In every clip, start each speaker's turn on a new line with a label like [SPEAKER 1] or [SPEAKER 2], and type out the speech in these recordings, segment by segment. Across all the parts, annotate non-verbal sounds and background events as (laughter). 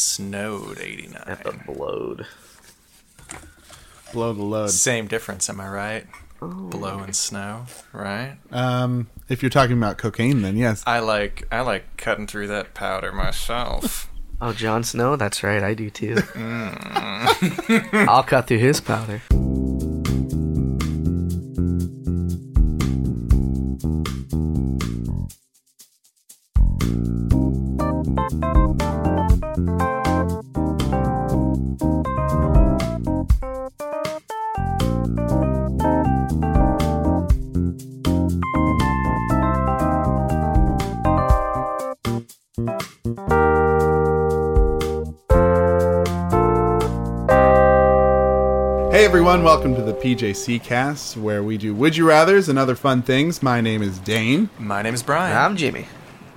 [SPEAKER 1] Episode 89.
[SPEAKER 2] At the blowed.
[SPEAKER 3] Blow the load.
[SPEAKER 1] Same difference, am I right? Blow and snow, right?
[SPEAKER 3] Um, if you're talking about cocaine, then yes.
[SPEAKER 1] I like I like cutting through that powder myself.
[SPEAKER 2] Oh, Jon Snow? That's right, I do (laughs) too. I'll cut through his powder.
[SPEAKER 3] Hey everyone, welcome to the PJC Cast, where we do would you rather's and other fun things. My name is Dane.
[SPEAKER 1] My name is Brian.
[SPEAKER 2] I'm Jimmy.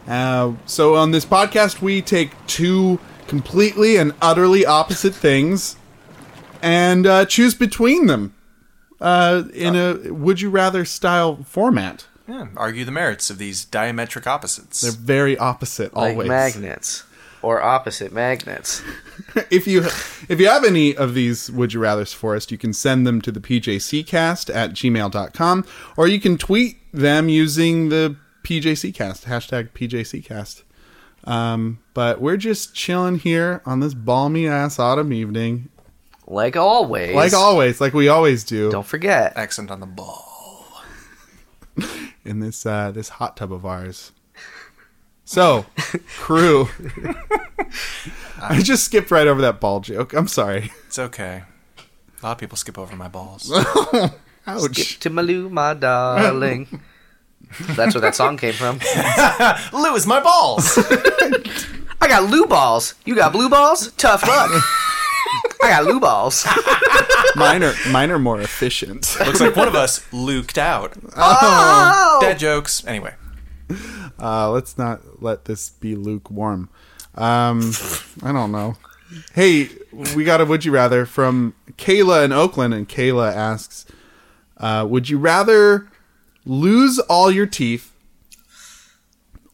[SPEAKER 3] Uh, so on this podcast, we take two completely and utterly opposite things and uh, choose between them uh, in a would you rather style format.
[SPEAKER 1] Yeah, argue the merits of these diametric opposites.
[SPEAKER 3] They're very opposite
[SPEAKER 2] Like
[SPEAKER 3] always.
[SPEAKER 2] magnets. Or opposite magnets.
[SPEAKER 3] if you if you have any of these would you rathers for us you can send them to the pjccast at gmail.com or you can tweet them using the pjccast hashtag pjccast um, but we're just chilling here on this balmy ass autumn evening
[SPEAKER 2] Like always.
[SPEAKER 3] like always like we always do
[SPEAKER 2] Don't forget.
[SPEAKER 1] Accent on the ball.
[SPEAKER 3] in this uh, this hot tub of ours so (laughs) crew i just skipped right over that ball joke i'm sorry
[SPEAKER 1] It's okay. A lot of people skip over my
[SPEAKER 3] (laughs)
[SPEAKER 1] balls.
[SPEAKER 3] ouch
[SPEAKER 2] Skip to Malou, my
[SPEAKER 3] (laughs)
[SPEAKER 2] darling. That's where that song came from.
[SPEAKER 1] Lose my balls.
[SPEAKER 2] I got Lou balls. You got blue balls? Tough
[SPEAKER 3] (laughs)
[SPEAKER 2] luck. I got Lou balls.
[SPEAKER 3] mine are mine are more efficient.
[SPEAKER 1] Looks like one of us luked out.
[SPEAKER 2] (laughs) Oh!
[SPEAKER 1] Dead jokes. Anyway,
[SPEAKER 3] Uh, let's not let this be lukewarm. Um, I don't know. Hey, we got a would you rather from Kayla in Oakland, and Kayla asks, uh, "Would you rather lose all your teeth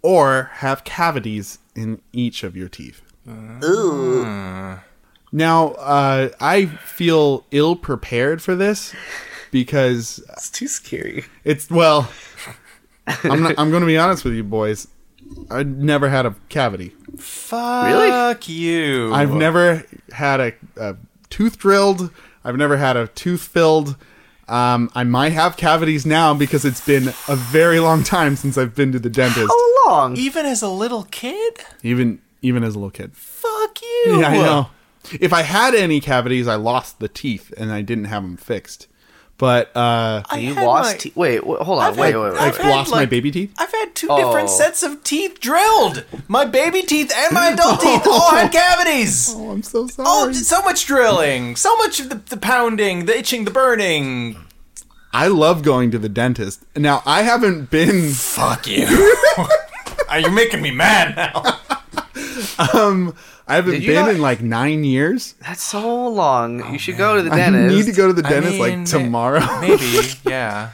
[SPEAKER 3] or have cavities in each of your teeth?" Now, uh, I feel ill prepared for this because
[SPEAKER 2] It's too scary.
[SPEAKER 1] (laughs)
[SPEAKER 3] It's well, I'm not, I'm going to be honest with you, boys. I never had a cavity.
[SPEAKER 1] fuck you.
[SPEAKER 3] I've never had a, a tooth drilled. I've never had a tooth filled. Um, I might have cavities now because it's been a very long time since I've been to the dentist.
[SPEAKER 1] Oh.
[SPEAKER 2] How long?
[SPEAKER 1] even as a little kid.
[SPEAKER 3] Even even as a little kid.
[SPEAKER 1] Fuck you.
[SPEAKER 3] Yeah, I know. If I had any cavities, I lost the teeth and I didn't have them fixed. But uh,
[SPEAKER 1] I
[SPEAKER 2] You
[SPEAKER 1] had
[SPEAKER 2] lost
[SPEAKER 1] my-
[SPEAKER 2] te- Wait, wait, hold on.
[SPEAKER 1] I've
[SPEAKER 2] wait,
[SPEAKER 1] had-
[SPEAKER 2] wait, wait,
[SPEAKER 1] I've
[SPEAKER 2] wait.
[SPEAKER 3] I
[SPEAKER 1] had,
[SPEAKER 3] lost my
[SPEAKER 1] like-
[SPEAKER 3] baby teeth.
[SPEAKER 1] I've had two
[SPEAKER 2] Oh.
[SPEAKER 1] different sets of teeth drilled. My baby teeth and my
[SPEAKER 3] (laughs)
[SPEAKER 1] adult teeth all had cavities.
[SPEAKER 3] Oh, I'm so sorry.
[SPEAKER 1] Oh, so much drilling, so much of the, the pounding, the itching, the burning.
[SPEAKER 3] I love going to the dentist. Now I haven't been.
[SPEAKER 1] Fuck you.
[SPEAKER 3] (laughs)
[SPEAKER 1] Are you making me mad now?
[SPEAKER 3] I haven't
[SPEAKER 2] Did you
[SPEAKER 3] been
[SPEAKER 2] not-
[SPEAKER 3] in like nine years.
[SPEAKER 2] (laughs) That's so long. you should go to the
[SPEAKER 3] Oh, I
[SPEAKER 2] dentist.
[SPEAKER 3] need to go to the
[SPEAKER 1] I
[SPEAKER 3] dentist
[SPEAKER 1] mean,
[SPEAKER 3] like
[SPEAKER 2] (laughs)
[SPEAKER 3] tomorrow. (laughs)
[SPEAKER 1] Maybe, yeah.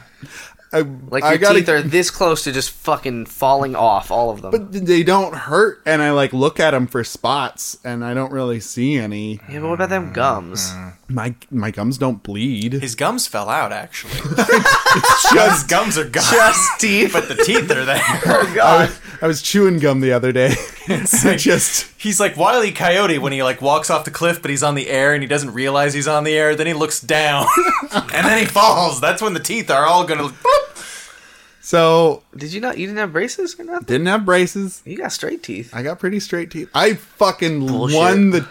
[SPEAKER 3] I,
[SPEAKER 2] Like
[SPEAKER 3] I
[SPEAKER 2] your
[SPEAKER 3] gotta,
[SPEAKER 2] teeth are this close to just fucking falling off, all of them.
[SPEAKER 3] but they don't hurt, and I like look at them for spots, and I don't really see any.
[SPEAKER 2] yeah, but what about them gums?
[SPEAKER 3] My my gums don't bleed.
[SPEAKER 1] His gums fell out,
[SPEAKER 3] (laughs)
[SPEAKER 1] actually. His gums are gone. Just teeth. But the teeth are there.
[SPEAKER 2] Oh God!
[SPEAKER 3] I was chewing gum the
[SPEAKER 2] (laughs)
[SPEAKER 3] other day. (laughs)
[SPEAKER 1] It's (laughs) like-
[SPEAKER 3] Just
[SPEAKER 1] He's like Wile E. Coyote when he like walks off the cliff, but he's on the air and he doesn't realize he's on the air. Then he looks down, (laughs) and then he falls. That's when the teeth are all gonna. Bloop.
[SPEAKER 3] so
[SPEAKER 2] Did you not? You didn't have braces or nothing?
[SPEAKER 3] didn't have braces.
[SPEAKER 2] You got straight teeth.
[SPEAKER 3] I got pretty straight teeth. I fucking
[SPEAKER 2] Bullshit.
[SPEAKER 3] won the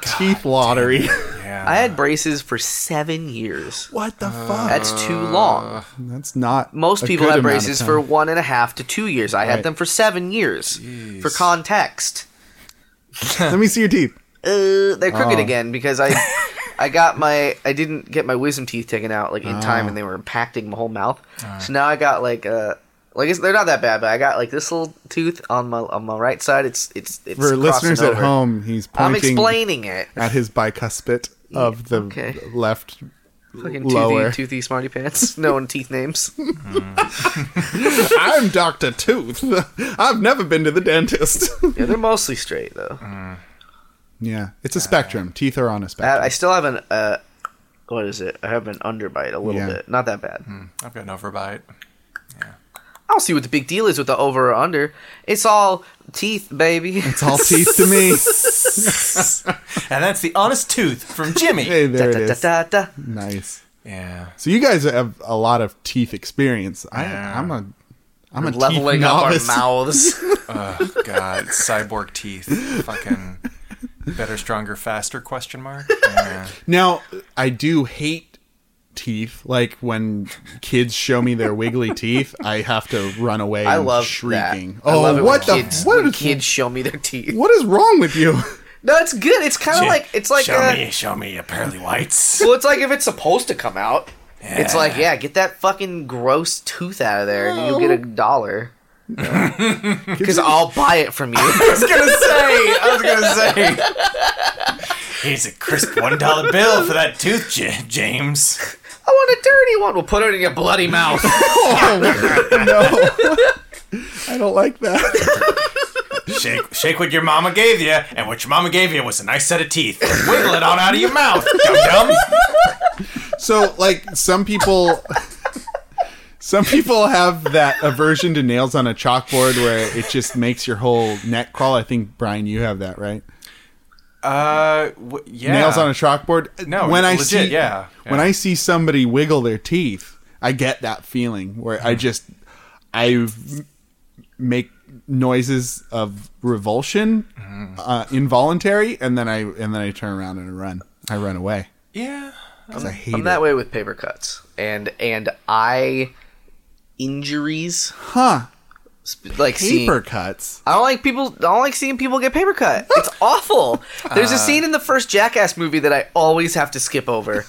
[SPEAKER 2] (laughs)
[SPEAKER 3] teeth lottery. (laughs)
[SPEAKER 1] Yeah,
[SPEAKER 3] Ah.
[SPEAKER 2] I had braces for seven years.
[SPEAKER 3] what the fuck?
[SPEAKER 2] Uh, That's too long.
[SPEAKER 3] That's not.
[SPEAKER 2] Most
[SPEAKER 3] Uh, a
[SPEAKER 2] people
[SPEAKER 3] good
[SPEAKER 2] have
[SPEAKER 3] amount of
[SPEAKER 2] braces
[SPEAKER 3] time.
[SPEAKER 2] for one and a half to two years. I
[SPEAKER 3] Right.
[SPEAKER 2] had them for seven years. For context,
[SPEAKER 3] (laughs) Let me see your teeth.
[SPEAKER 2] uh, they're crooked
[SPEAKER 3] Oh.
[SPEAKER 2] again because
[SPEAKER 3] (laughs)
[SPEAKER 2] I, I got my, I didn't get my wisdom teeth taken out like in
[SPEAKER 3] Oh.
[SPEAKER 2] time, and they were impacting my whole mouth. So now I got like uh like it's, they're not that bad, but I got like this little tooth on my on my right side. It's it's it's
[SPEAKER 3] For
[SPEAKER 2] crossing
[SPEAKER 3] listeners at
[SPEAKER 2] over.
[SPEAKER 3] home, he's
[SPEAKER 2] I'm
[SPEAKER 3] pointing
[SPEAKER 2] explaining it.
[SPEAKER 3] at his bicuspid of the
[SPEAKER 2] okay.
[SPEAKER 3] left
[SPEAKER 2] Fucking
[SPEAKER 3] lower.
[SPEAKER 2] toothy, toothy smarty pants. No one teeth names.
[SPEAKER 3] (laughs) I'm Dr. (laughs) Tooth. I've never been to the dentist. (laughs)
[SPEAKER 2] Yeah, they're mostly straight though.
[SPEAKER 3] Yeah, it's a spectrum. Teeth are on a
[SPEAKER 2] I,
[SPEAKER 3] spectrum.
[SPEAKER 2] I still have an uh, what is it? I have an underbite a little
[SPEAKER 3] Yeah. Hmm.
[SPEAKER 2] bit, not that bad.
[SPEAKER 1] I've got an overbite. (laughs)
[SPEAKER 2] I don't see what the big deal is with the over or under. It's all teeth, baby.
[SPEAKER 3] (laughs) it's all teeth to
[SPEAKER 2] (laughs)
[SPEAKER 3] me.
[SPEAKER 1] and that's the honest tooth from Jimmy.
[SPEAKER 3] Hey,
[SPEAKER 2] Da,
[SPEAKER 3] there it
[SPEAKER 2] da, da,
[SPEAKER 3] is.
[SPEAKER 2] da, da. (laughs)
[SPEAKER 3] Nice.
[SPEAKER 1] Yeah.
[SPEAKER 3] So you guys have a lot of teeth experience. I,
[SPEAKER 1] Yeah.
[SPEAKER 3] I'm a, I'm a
[SPEAKER 2] Leveling
[SPEAKER 3] teeth
[SPEAKER 2] up our (laughs)
[SPEAKER 3] novice.
[SPEAKER 2] mouths.
[SPEAKER 1] Oh God, cyborg teeth. Fucking better, stronger, faster? Question mark.
[SPEAKER 2] (laughs)
[SPEAKER 1] Yeah.
[SPEAKER 3] Now I do hate teeth. Like when kids show me their wiggly teeth, I have to run away.
[SPEAKER 2] I
[SPEAKER 3] and
[SPEAKER 2] love
[SPEAKER 3] shrieking.
[SPEAKER 2] That. I
[SPEAKER 3] Oh,
[SPEAKER 2] love it
[SPEAKER 3] what
[SPEAKER 2] when
[SPEAKER 3] the
[SPEAKER 2] kids,
[SPEAKER 3] what
[SPEAKER 2] when
[SPEAKER 3] is,
[SPEAKER 2] kids show me their teeth.
[SPEAKER 3] what is wrong with (laughs) you?
[SPEAKER 2] No, it's good. It's kind of like it's like
[SPEAKER 1] show
[SPEAKER 2] uh,
[SPEAKER 1] me, show me your pearly whites.
[SPEAKER 2] well, it's like if it's supposed to come out. It's like yeah, get that fucking gross tooth out of there, and you'll get a dollar. Because I'll buy it from you. (laughs)
[SPEAKER 1] I was gonna say. I was gonna say. Here's a crisp one dollar bill for that tooth, J- James.
[SPEAKER 2] I want a dirty one. We'll put it in your bloody mouth.
[SPEAKER 3] no, (laughs) I don't like that.
[SPEAKER 1] Shake, shake what your mama gave you, and what your mama gave you was a nice set of teeth. Wiggle it on out of your mouth, dum dum.
[SPEAKER 3] So like some people. Some people have that aversion to nails on a chalkboard where it just makes your whole neck crawl. I think Brian, you have that, right?
[SPEAKER 1] Uh, w- yeah.
[SPEAKER 3] nails on a chalkboard.
[SPEAKER 1] No,
[SPEAKER 3] when I
[SPEAKER 1] legit,
[SPEAKER 3] see
[SPEAKER 1] yeah,
[SPEAKER 3] when
[SPEAKER 1] yeah.
[SPEAKER 3] I see somebody wiggle their teeth, I get that feeling where I just I make noises of revulsion,
[SPEAKER 1] Mm-hmm.
[SPEAKER 3] uh, involuntary, and then I and then I turn around and I run. I run away
[SPEAKER 1] Yeah.
[SPEAKER 3] 'cause I hate
[SPEAKER 2] I'm
[SPEAKER 3] it.
[SPEAKER 2] that way with paper cuts and and eye injuries.
[SPEAKER 3] Huh?
[SPEAKER 2] Sp- Like (laughs) seeing-
[SPEAKER 3] Paper cuts.
[SPEAKER 2] I don't like people. I don't like seeing people get paper cut. (laughs) It's awful.
[SPEAKER 3] Uh.
[SPEAKER 2] There's a scene in the first Jackass movie that I always have to skip over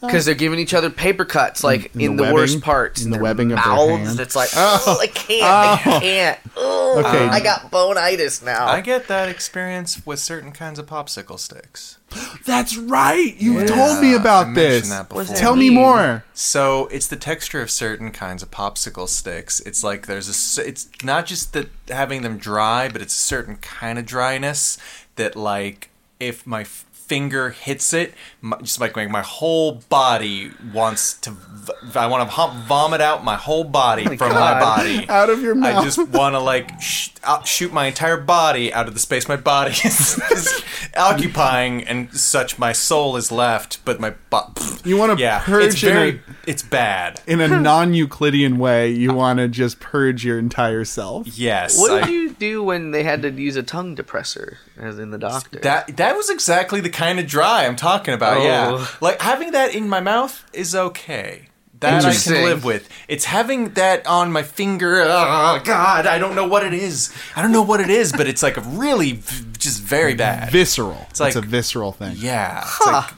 [SPEAKER 2] because they're giving each other paper cuts, like in,
[SPEAKER 3] the
[SPEAKER 2] the,
[SPEAKER 3] webbing?
[SPEAKER 2] worst parts,
[SPEAKER 3] In
[SPEAKER 2] in
[SPEAKER 3] the
[SPEAKER 2] their
[SPEAKER 3] webbing of their
[SPEAKER 2] mouths.
[SPEAKER 3] hand?
[SPEAKER 2] It's like, oh, I can't, I can't. Oh,
[SPEAKER 3] Okay.
[SPEAKER 2] I got bonitis now.
[SPEAKER 1] I get that experience with certain kinds of popsicle sticks.
[SPEAKER 3] That's right. You
[SPEAKER 1] Yeah,
[SPEAKER 3] told me
[SPEAKER 1] I
[SPEAKER 3] about
[SPEAKER 1] mentioned
[SPEAKER 3] this.
[SPEAKER 1] that What does before. that
[SPEAKER 3] Tell me
[SPEAKER 2] mean?
[SPEAKER 3] more.
[SPEAKER 1] So it's the texture of certain kinds of popsicle sticks. It's like there's a. s- It's not just that having them dry, but it's a certain kind of dryness that, like, if my f- finger hits it, my, just like my, my whole body wants to. v- I want to hum- vomit out my whole body from my
[SPEAKER 2] God.
[SPEAKER 1] body.
[SPEAKER 3] Oh (laughs) Out of your mouth.
[SPEAKER 1] I just want to like sh- out, shoot my entire body out of the space my body (laughs) is,
[SPEAKER 3] (laughs)
[SPEAKER 1] is occupying, and such my soul is left, but my bo-
[SPEAKER 3] You wanna
[SPEAKER 1] (laughs) yeah,
[SPEAKER 3] purge
[SPEAKER 1] it's very
[SPEAKER 3] in
[SPEAKER 1] it's bad.
[SPEAKER 2] (laughs)
[SPEAKER 3] In a non-Euclidean way, you want to just purge your entire self.
[SPEAKER 1] Yes,
[SPEAKER 2] what
[SPEAKER 1] I-
[SPEAKER 2] did you do when they had to use a tongue depressor, as in the doctor?
[SPEAKER 1] that that was exactly the kind of dry I'm talking about. Yeah,
[SPEAKER 2] Oh.
[SPEAKER 1] like having that in my mouth is okay. That I can
[SPEAKER 2] Interesting.
[SPEAKER 1] live with. It's having that on my finger. Oh, God, I don't know what it is. I don't know what it is, but it's like a really v- just very bad.
[SPEAKER 3] visceral. It's,
[SPEAKER 1] like-
[SPEAKER 3] a visceral thing.
[SPEAKER 1] Yeah. It's like,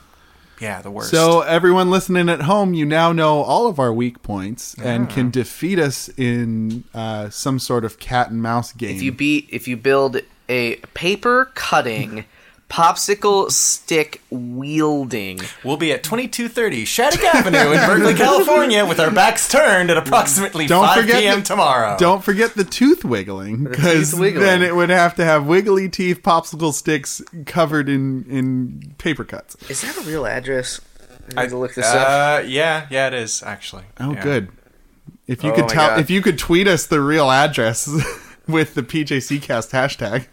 [SPEAKER 1] yeah, the worst.
[SPEAKER 3] So everyone listening at home, you now know all of our weak points and can defeat us in uh, some sort of cat and mouse game.
[SPEAKER 2] if you beat, if you build a paper cutting, popsicle stick wielding.
[SPEAKER 1] we'll be at 2230 Shattuck Avenue in (laughs) Berkeley, California, with our backs turned at approximately
[SPEAKER 3] don't
[SPEAKER 1] 5
[SPEAKER 3] forget
[SPEAKER 1] p.m.
[SPEAKER 3] the-
[SPEAKER 1] tomorrow.
[SPEAKER 3] Don't forget the tooth wiggling, because
[SPEAKER 2] tooth wiggling.
[SPEAKER 3] then it would have to have wiggly teeth, popsicle sticks covered in in paper cuts.
[SPEAKER 2] Is that a real address? I need to look this up.
[SPEAKER 1] Uh, yeah, yeah, it is actually.
[SPEAKER 3] Oh,
[SPEAKER 1] Yeah.
[SPEAKER 3] good. If you
[SPEAKER 2] Oh
[SPEAKER 3] could
[SPEAKER 2] my
[SPEAKER 3] tell,
[SPEAKER 2] God.
[SPEAKER 3] if you could tweet us the real address (laughs) with the PJCcast hashtag,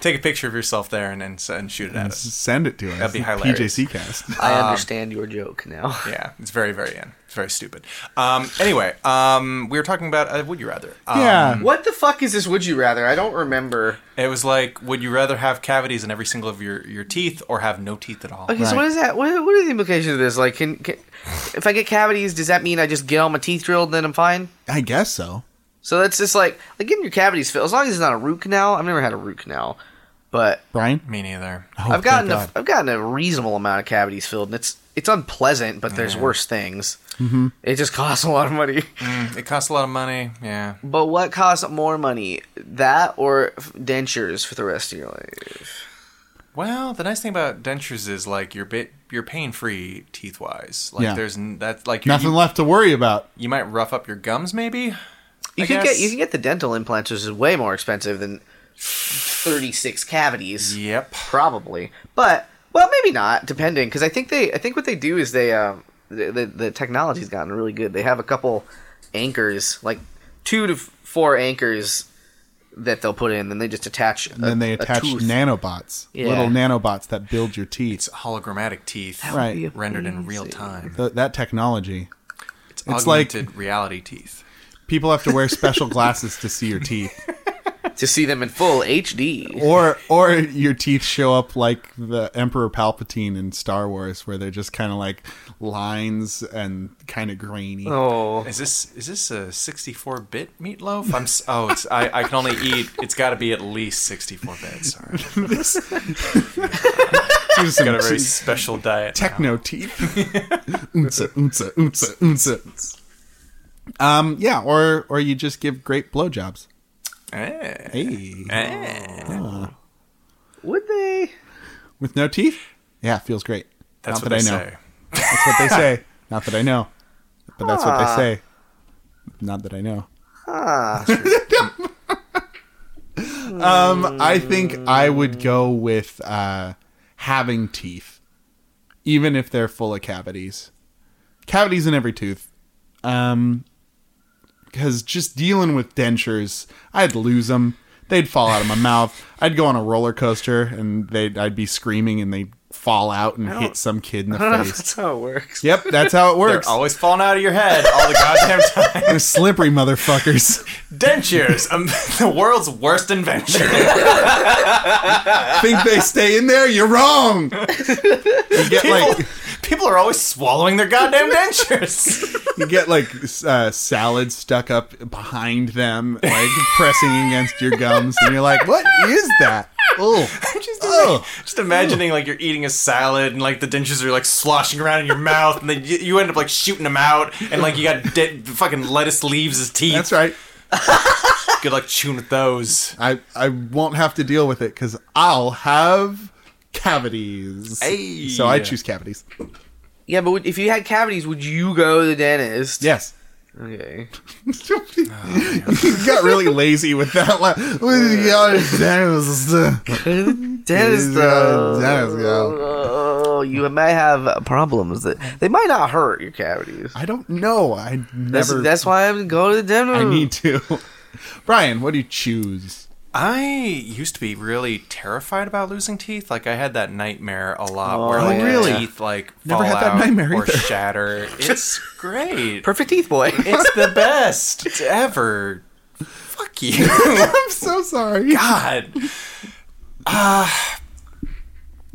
[SPEAKER 1] Take a picture of yourself there and and, and shoot it at us.
[SPEAKER 3] send it to us.
[SPEAKER 1] That'd be hilarious.
[SPEAKER 3] PJCcast.
[SPEAKER 2] (laughs) I understand your joke now. (laughs)
[SPEAKER 1] Yeah, it's very very in. It's very stupid. Um, anyway, um, we were talking about uh, would you rather? Um,
[SPEAKER 3] yeah.
[SPEAKER 2] What the fuck is this? Would you rather? I don't remember.
[SPEAKER 1] It was like would you rather have cavities in every single of your, your teeth or have no teeth at all?
[SPEAKER 2] Okay, so
[SPEAKER 3] Right.
[SPEAKER 2] what is that? What, what are the implications of this? Like, can, can if I get cavities, does that mean I just get all my teeth drilled and then I'm fine?
[SPEAKER 3] I guess so.
[SPEAKER 2] So that's just like like getting your cavities filled. As long as it's not a root canal. I've never had a root canal, but
[SPEAKER 3] Brian?
[SPEAKER 1] Me neither.
[SPEAKER 3] Oh,
[SPEAKER 2] I've
[SPEAKER 3] thank
[SPEAKER 2] gotten a,
[SPEAKER 3] God.
[SPEAKER 2] I've gotten a reasonable amount of cavities filled, and it's it's unpleasant, but there's worse things. Mm-hmm. It just costs a lot of money. (laughs)
[SPEAKER 1] It costs a lot of money. Yeah.
[SPEAKER 2] But what costs more money, that or f- dentures for the rest of your life?
[SPEAKER 1] Well, the nice thing about dentures is like you're bit you're pain free teeth wise. Like
[SPEAKER 3] Yeah.
[SPEAKER 1] there's n- that's like you,
[SPEAKER 3] nothing left to worry about.
[SPEAKER 1] you might rough up your gums maybe.
[SPEAKER 2] You
[SPEAKER 1] I
[SPEAKER 2] can
[SPEAKER 1] guess.
[SPEAKER 2] get you can get the dental implants, which is way more expensive than 36 cavities.
[SPEAKER 1] Yep.
[SPEAKER 2] Probably, but well, maybe not. Depending, because I think they, I think what they do is they, um, the, the the technology's gotten really good. They have a couple anchors, like two to f- four anchors that they'll put in, and they just attach.
[SPEAKER 3] And then they attach nanobots,
[SPEAKER 2] Yeah.
[SPEAKER 3] little nanobots that build your teeth.
[SPEAKER 1] It's hologrammatic teeth
[SPEAKER 3] Right.
[SPEAKER 1] rendered in real time.
[SPEAKER 3] Th- that technology.
[SPEAKER 1] It's,
[SPEAKER 3] It's like-
[SPEAKER 1] augmented reality teeth.
[SPEAKER 3] People have to wear (laughs) special glasses to see your teeth,
[SPEAKER 2] to see them in full HD.
[SPEAKER 3] or or your teeth show up like the Emperor Palpatine in Star Wars, where they're just kind of like lines and kind of grainy. (laughs)
[SPEAKER 2] Oh,
[SPEAKER 1] Is this is this a 64-bit meatloaf? I'm s- oh, it's, I I can only eat. It's got to be at least 64 bit. Sorry,
[SPEAKER 3] These are
[SPEAKER 1] got a
[SPEAKER 3] some (laughs)
[SPEAKER 1] very
[SPEAKER 3] te-
[SPEAKER 1] special diet.
[SPEAKER 3] techno teeth. (laughs) oonsa, oonsa, oonsa, oonsa. Um, yeah, or or you just give great blowjobs.
[SPEAKER 1] now. Eh.
[SPEAKER 3] Hey,
[SPEAKER 1] Eh.
[SPEAKER 2] would they?
[SPEAKER 3] with no teeth. Yeah, it feels great.
[SPEAKER 1] That's
[SPEAKER 3] Not
[SPEAKER 1] what
[SPEAKER 3] that
[SPEAKER 1] they
[SPEAKER 3] I know.
[SPEAKER 1] say.
[SPEAKER 3] That's what they say. Not that I know, but that's what they say. Not that I know. (laughs) um, I think I would go with uh, having teeth, even if they're full of cavities. Cavities in every tooth. Um, because just dealing with dentures, I'd lose them. They'd fall out of my mouth. I'd go on a roller coaster and they'd I'd be screaming and they'd fall out and hit some kid in the
[SPEAKER 2] I don't know if
[SPEAKER 3] face.
[SPEAKER 2] that's how it works.
[SPEAKER 3] Yep, that's how it
[SPEAKER 1] They're
[SPEAKER 3] works.
[SPEAKER 1] always falling out of your head all the goddamn time.
[SPEAKER 3] (laughs)
[SPEAKER 1] (laughs)
[SPEAKER 3] They're slippery (laughs) motherfuckers.
[SPEAKER 1] Dentures, um, (laughs) the world's worst invention.
[SPEAKER 3] Think they stay in there? You're wrong. You get (laughs) like
[SPEAKER 1] People are always swallowing their goddamn dentures.
[SPEAKER 3] you get like s- uh, salad stuck up behind them, (laughs) like pressing against your gums, and you're like, "What is that?" (laughs) Oh, oh.
[SPEAKER 1] Just imagining like you're eating a salad and like the dentures are like sloshing around in your mouth, and then you, you end up like shooting them out, and like you got de- fucking lettuce leaves as teeth.
[SPEAKER 3] That's right.
[SPEAKER 1] Good luck chewing with those.
[SPEAKER 3] I I won't have to deal with it because I'll have cavities.
[SPEAKER 1] Hey.
[SPEAKER 3] So I choose cavities.
[SPEAKER 2] Yeah, but would- if you had cavities, would you go to the dentist?
[SPEAKER 3] Yes.
[SPEAKER 2] Okay.
[SPEAKER 3] (laughs) you got really lazy with that. la- (laughs)
[SPEAKER 2] Dentist.
[SPEAKER 3] uh, Yeah,
[SPEAKER 2] though.
[SPEAKER 3] dentist,
[SPEAKER 2] Oh, you may have uh, problems that they might not hurt your cavities.
[SPEAKER 3] I don't know. I
[SPEAKER 2] That's,
[SPEAKER 3] never.
[SPEAKER 2] that's why I'm going to the dentist.
[SPEAKER 3] I need to. (laughs) Brian, what do you choose?
[SPEAKER 1] I used to be really terrified about losing teeth. Like I had that nightmare a lot, where
[SPEAKER 2] Oh,
[SPEAKER 1] like
[SPEAKER 3] really?
[SPEAKER 1] teeth like
[SPEAKER 3] Never
[SPEAKER 1] fall
[SPEAKER 3] had that
[SPEAKER 1] out
[SPEAKER 3] nightmare
[SPEAKER 1] or
[SPEAKER 3] either. (laughs)
[SPEAKER 1] shatter. It's great.
[SPEAKER 2] perfect teeth, boy.
[SPEAKER 1] It's the best ever. Fuck you.
[SPEAKER 3] (laughs) I'm so sorry.
[SPEAKER 1] God. (laughs) Uh,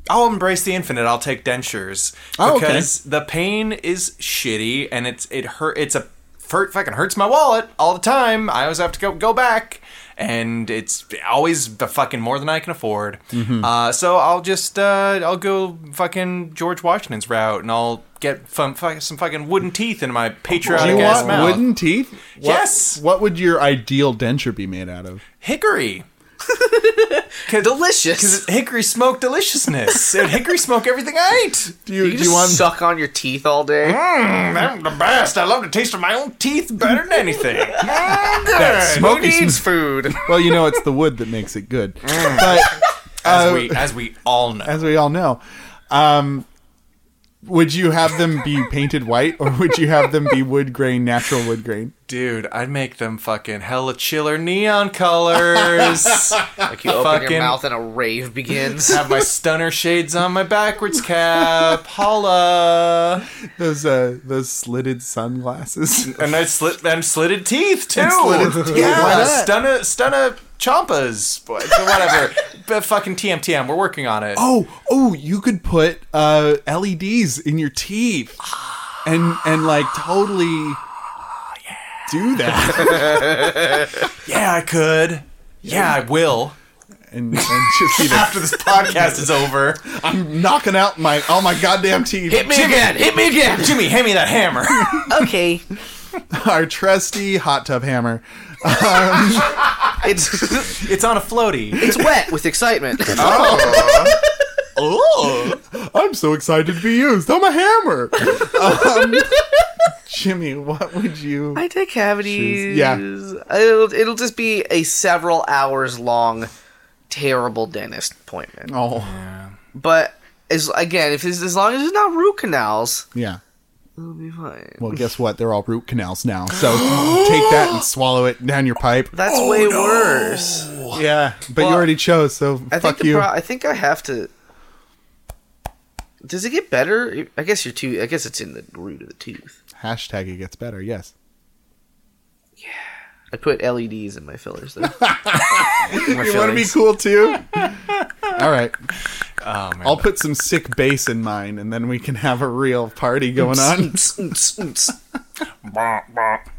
[SPEAKER 1] I'll embrace the infinite. I'll take dentures
[SPEAKER 3] Oh, okay.
[SPEAKER 1] because the pain is shitty and it's it hurt. It's a hurt fucking hurts my wallet all the time. I always have to go go back, and it's always the fucking more than I can afford.
[SPEAKER 3] Mm-hmm.
[SPEAKER 1] Uh, so I'll just uh, I'll go fucking George Washington's route, and I'll get some, fuck- some fucking wooden teeth in my
[SPEAKER 3] Do
[SPEAKER 1] patriotic
[SPEAKER 3] you
[SPEAKER 1] ass
[SPEAKER 3] want
[SPEAKER 1] mouth.
[SPEAKER 3] wooden teeth? What-
[SPEAKER 1] Yes.
[SPEAKER 3] What would your ideal denture be made out of?
[SPEAKER 1] Hickory.
[SPEAKER 2] Delicious.
[SPEAKER 1] hickory smoke deliciousness. It hickory smoke everything I ate.
[SPEAKER 3] Do you,
[SPEAKER 2] You
[SPEAKER 3] do
[SPEAKER 2] just
[SPEAKER 3] you want?
[SPEAKER 2] suck on your teeth all day.
[SPEAKER 1] Mm, I'm the best. I love the taste of my own teeth better than (laughs) anything.
[SPEAKER 2] Who
[SPEAKER 3] (laughs) smoky
[SPEAKER 2] needs food?
[SPEAKER 3] well, you know, it's the wood that makes
[SPEAKER 2] (laughs)
[SPEAKER 3] it good. but
[SPEAKER 1] As we as we all know.
[SPEAKER 3] as we all know, um, would you have them be painted white, or would you have them be wood grain, natural wood grain?
[SPEAKER 1] Dude, I'd make them fucking hella chiller neon colors.
[SPEAKER 2] (laughs) Like you open
[SPEAKER 1] Fucking-
[SPEAKER 2] your mouth and a rave begins.
[SPEAKER 1] Have my stunner shades on my backwards cap. Holla.
[SPEAKER 3] Those uh, those slitted sunglasses. (laughs)
[SPEAKER 1] And I slit and slitted teeth too.
[SPEAKER 3] slitted teeth,
[SPEAKER 1] Yeah,
[SPEAKER 3] why not?
[SPEAKER 1] stunner stunner chompas. (laughs) Whatever. but fucking TMTM. We're working on it.
[SPEAKER 3] Oh, oh, you could put uh, LEDs in your teeth and and like totally do that
[SPEAKER 1] Yeah, I could. Yeah, I will.
[SPEAKER 3] and, and just be like,
[SPEAKER 1] After this podcast is over,
[SPEAKER 3] I'm knocking out my all my goddamn teeth.
[SPEAKER 2] (laughs) Hit me again! Hit me
[SPEAKER 3] (laughs)
[SPEAKER 1] (laughs)
[SPEAKER 2] again!
[SPEAKER 1] Jimmy, hand me that (laughs) hammer.
[SPEAKER 2] Okay.
[SPEAKER 3] Our trusty hot tub hammer.
[SPEAKER 2] It's
[SPEAKER 1] It's on a (laughs) floaty.
[SPEAKER 2] it's wet with excitement.
[SPEAKER 3] (laughs) Oh, I'm so excited to be used. I'm a hammer. Um, Jimmy, what would you?
[SPEAKER 2] I take cavities.
[SPEAKER 3] Yeah.
[SPEAKER 2] It'll, it'll just be a several hours long terrible dentist appointment.
[SPEAKER 3] Oh,
[SPEAKER 2] But as again, if it's, as long as it's not root canals,
[SPEAKER 3] yeah.
[SPEAKER 2] it'll be fine.
[SPEAKER 3] Well, guess what? They're all root canals now. So (gasps) take that and swallow it down your pipe.
[SPEAKER 2] That's way worse.
[SPEAKER 3] Yeah, but you
[SPEAKER 2] Well,
[SPEAKER 3] already chose, so
[SPEAKER 2] I think
[SPEAKER 3] fuck
[SPEAKER 2] the
[SPEAKER 3] you.
[SPEAKER 2] Pro- I think I have to. Does it get better? I guess your tooth. I guess it's in the root of the tooth.
[SPEAKER 3] Hashtag it gets better. Yes.
[SPEAKER 2] I put LEDs in my fillers
[SPEAKER 3] (laughs)
[SPEAKER 2] though.
[SPEAKER 3] You want to be cool too? all right.
[SPEAKER 1] Oh man,
[SPEAKER 3] I'll put some sick bass in mine, and then we can have a real party (laughs) going on.
[SPEAKER 1] Bonk, bonk.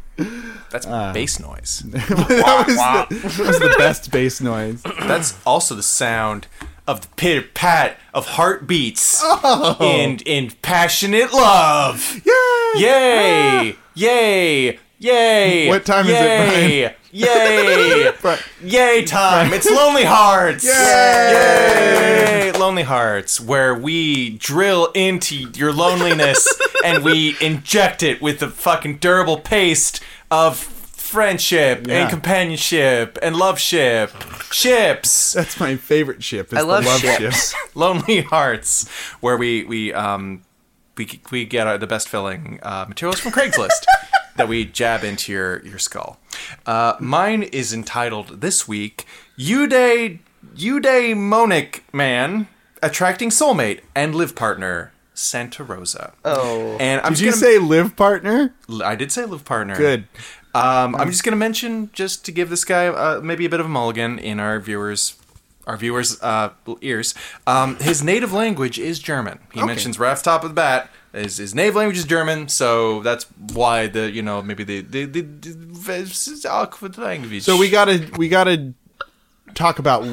[SPEAKER 1] that's bass (laughs) noise.
[SPEAKER 3] (laughs) that, was the, that was the best bass noise.
[SPEAKER 1] That's also the sound of the pitter pat of heartbeats and and passionate love.
[SPEAKER 3] Yay!
[SPEAKER 1] Yay! Yay! Yay!
[SPEAKER 3] What time is it,
[SPEAKER 1] Yay!
[SPEAKER 3] Brian?
[SPEAKER 1] (laughs)
[SPEAKER 3] (laughs)
[SPEAKER 1] Yay!
[SPEAKER 3] But
[SPEAKER 1] Yay time! It's Lonely Hearts! Yay!
[SPEAKER 3] Yay!
[SPEAKER 1] Lonely Hearts, where we drill into your
[SPEAKER 3] (laughs)
[SPEAKER 1] loneliness and we inject it with the fucking durable paste of friendship
[SPEAKER 3] Yeah.
[SPEAKER 1] and companionship and love ship. Ships!
[SPEAKER 3] that's my favorite ship. Is
[SPEAKER 2] I love,
[SPEAKER 3] the love
[SPEAKER 2] (laughs)
[SPEAKER 3] ship.
[SPEAKER 2] ships.
[SPEAKER 1] (laughs) Lonely Hearts, where we, we, um, we, we get our, the best filling uh, materials from Craigslist that we jab into your, your skull. Uh, mine is entitled this week, Uday, Eudaimonic Man Attracting Soulmate and Live Partner, Santa Rosa.
[SPEAKER 2] Oh.
[SPEAKER 1] And I'm
[SPEAKER 3] Did you
[SPEAKER 1] just
[SPEAKER 3] say live partner?
[SPEAKER 1] gonna, I did say live partner.
[SPEAKER 3] Good.
[SPEAKER 1] Um, I'm just gonna mention just to give this guy uh, maybe a bit of a mulligan in our viewers, our viewers' uh, ears. Um, his native language is German. He mentions right off the top of the bat. His, his native language is German, so that's why the you know maybe the the, the, the awkward language.
[SPEAKER 3] So we gotta we gotta talk about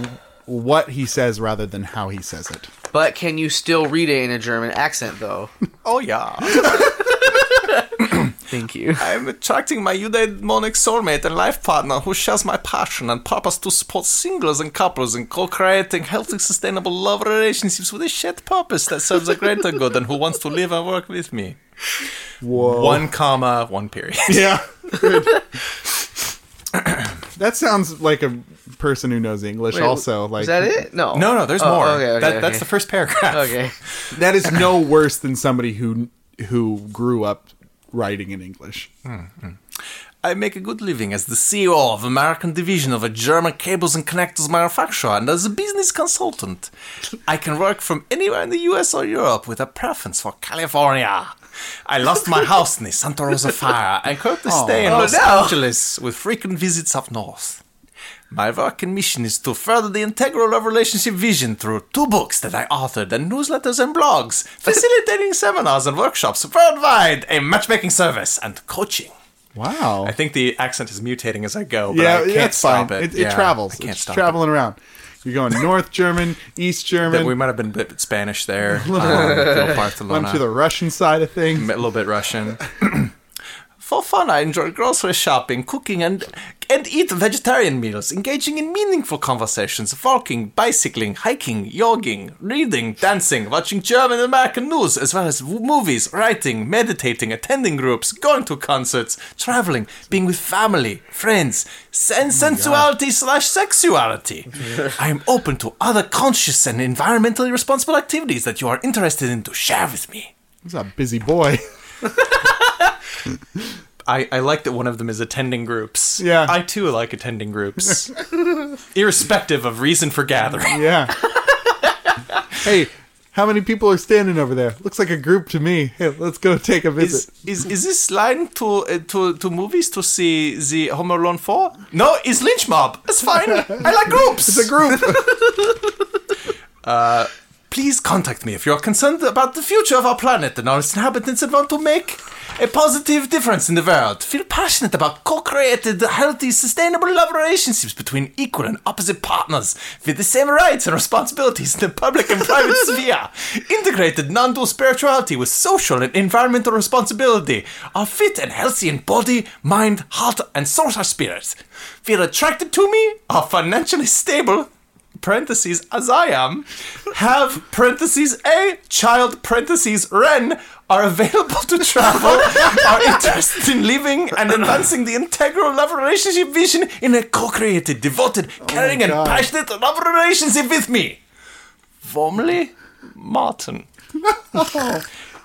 [SPEAKER 3] what he says rather than how he says it.
[SPEAKER 2] But can you still read it in a German accent though?
[SPEAKER 1] oh yeah,
[SPEAKER 2] Thank
[SPEAKER 3] (laughs)
[SPEAKER 2] you.
[SPEAKER 1] I'm attracting my eudaimonic soulmate and life partner who shares my passion and purpose to support singles and couples in co-creating healthy, sustainable love relationships with a shared purpose that serves a greater good and who wants to live and work with me.
[SPEAKER 2] Oh.
[SPEAKER 3] Whoa.
[SPEAKER 1] One comma, one period. (laughs)
[SPEAKER 3] Yeah. (laughs) that sounds like a person who knows English. also, like
[SPEAKER 2] is that it? No.
[SPEAKER 1] No, no, there's
[SPEAKER 2] Oh,
[SPEAKER 1] more.
[SPEAKER 2] Okay, okay,
[SPEAKER 1] that,
[SPEAKER 2] okay.
[SPEAKER 1] That's the first paragraph.
[SPEAKER 2] Okay.
[SPEAKER 3] that is no worse than somebody who who grew up writing in English.
[SPEAKER 1] I make a good living as the CEO of American division of a German cables and connectors manufacturer and as a business consultant. I can work from anywhere in the US or Europe with a preference for California. I lost
[SPEAKER 2] (laughs)
[SPEAKER 1] my house in the Santa Rosa fire. I currently stay in
[SPEAKER 2] Oh,
[SPEAKER 1] Los
[SPEAKER 2] no.
[SPEAKER 1] Angeles with frequent visits up north. My work and mission is to further the integral love relationship vision through two books that I authored and newsletters and
[SPEAKER 2] (laughs)
[SPEAKER 1] blogs, facilitating seminars and workshops worldwide, a matchmaking service, and coaching.
[SPEAKER 3] Wow.
[SPEAKER 1] I think the accent is mutating as I go, but
[SPEAKER 3] yeah,
[SPEAKER 1] I can't
[SPEAKER 3] that's
[SPEAKER 1] stop
[SPEAKER 3] fine.
[SPEAKER 1] it.
[SPEAKER 3] It, it
[SPEAKER 1] Yeah,
[SPEAKER 3] travels.
[SPEAKER 1] I can't
[SPEAKER 3] it's
[SPEAKER 1] stop
[SPEAKER 3] traveling around. You're going North German, East
[SPEAKER 1] it. That
[SPEAKER 3] German,
[SPEAKER 1] we might have been a bit Spanish
[SPEAKER 3] (laughs)
[SPEAKER 1] there. um, little
[SPEAKER 3] went
[SPEAKER 1] Barcelona.
[SPEAKER 3] to the Russian side of
[SPEAKER 1] A
[SPEAKER 3] things.
[SPEAKER 1] little bit Russian. (clears throat) For fun, I enjoy grocery shopping, cooking, and and eat vegetarian meals, engaging in meaningful conversations, walking, bicycling, hiking, jogging, reading, dancing, watching German and American news, as well as w- movies, writing, meditating, attending groups, going to concerts, traveling, being with family, friends, and sensuality slash sexuality. I am open to other conscious and environmentally responsible activities that you are interested in to share with me.
[SPEAKER 3] He's a busy boy. (laughs)
[SPEAKER 1] I, I like that one of them is attending groups.
[SPEAKER 3] Yeah.
[SPEAKER 1] I too like attending groups. (laughs) Irrespective of reason for gathering. (laughs)
[SPEAKER 3] Yeah. hey, how many people are standing over there? Looks like a group to me. Hey, let's go take a visit.
[SPEAKER 1] Is, is is this line to uh, to to movies to see the Home Alone 4? No, it's Lynch Mob. It's fine. I like groups.
[SPEAKER 3] It's a group.
[SPEAKER 1] Please contact me if you're concerned about the future of our planet and all its inhabitants and want to make a positive difference in the world. Feel passionate about co created, healthy, sustainable love relationships between equal and opposite partners with the same rights and responsibilities in the public and private sphere. Integrated non dual spirituality with social and environmental responsibility are fit and healthy in body, mind, heart, and source of spirit. Feel attracted to me, are financially stable parentheses as I am, have parentheses a child parentheses ren are available to travel, are interested in living and advancing the integral love relationship vision in a co-created, devoted, caring, and
[SPEAKER 3] God.
[SPEAKER 1] passionate love relationship with me. Formerly, Martin. (laughs)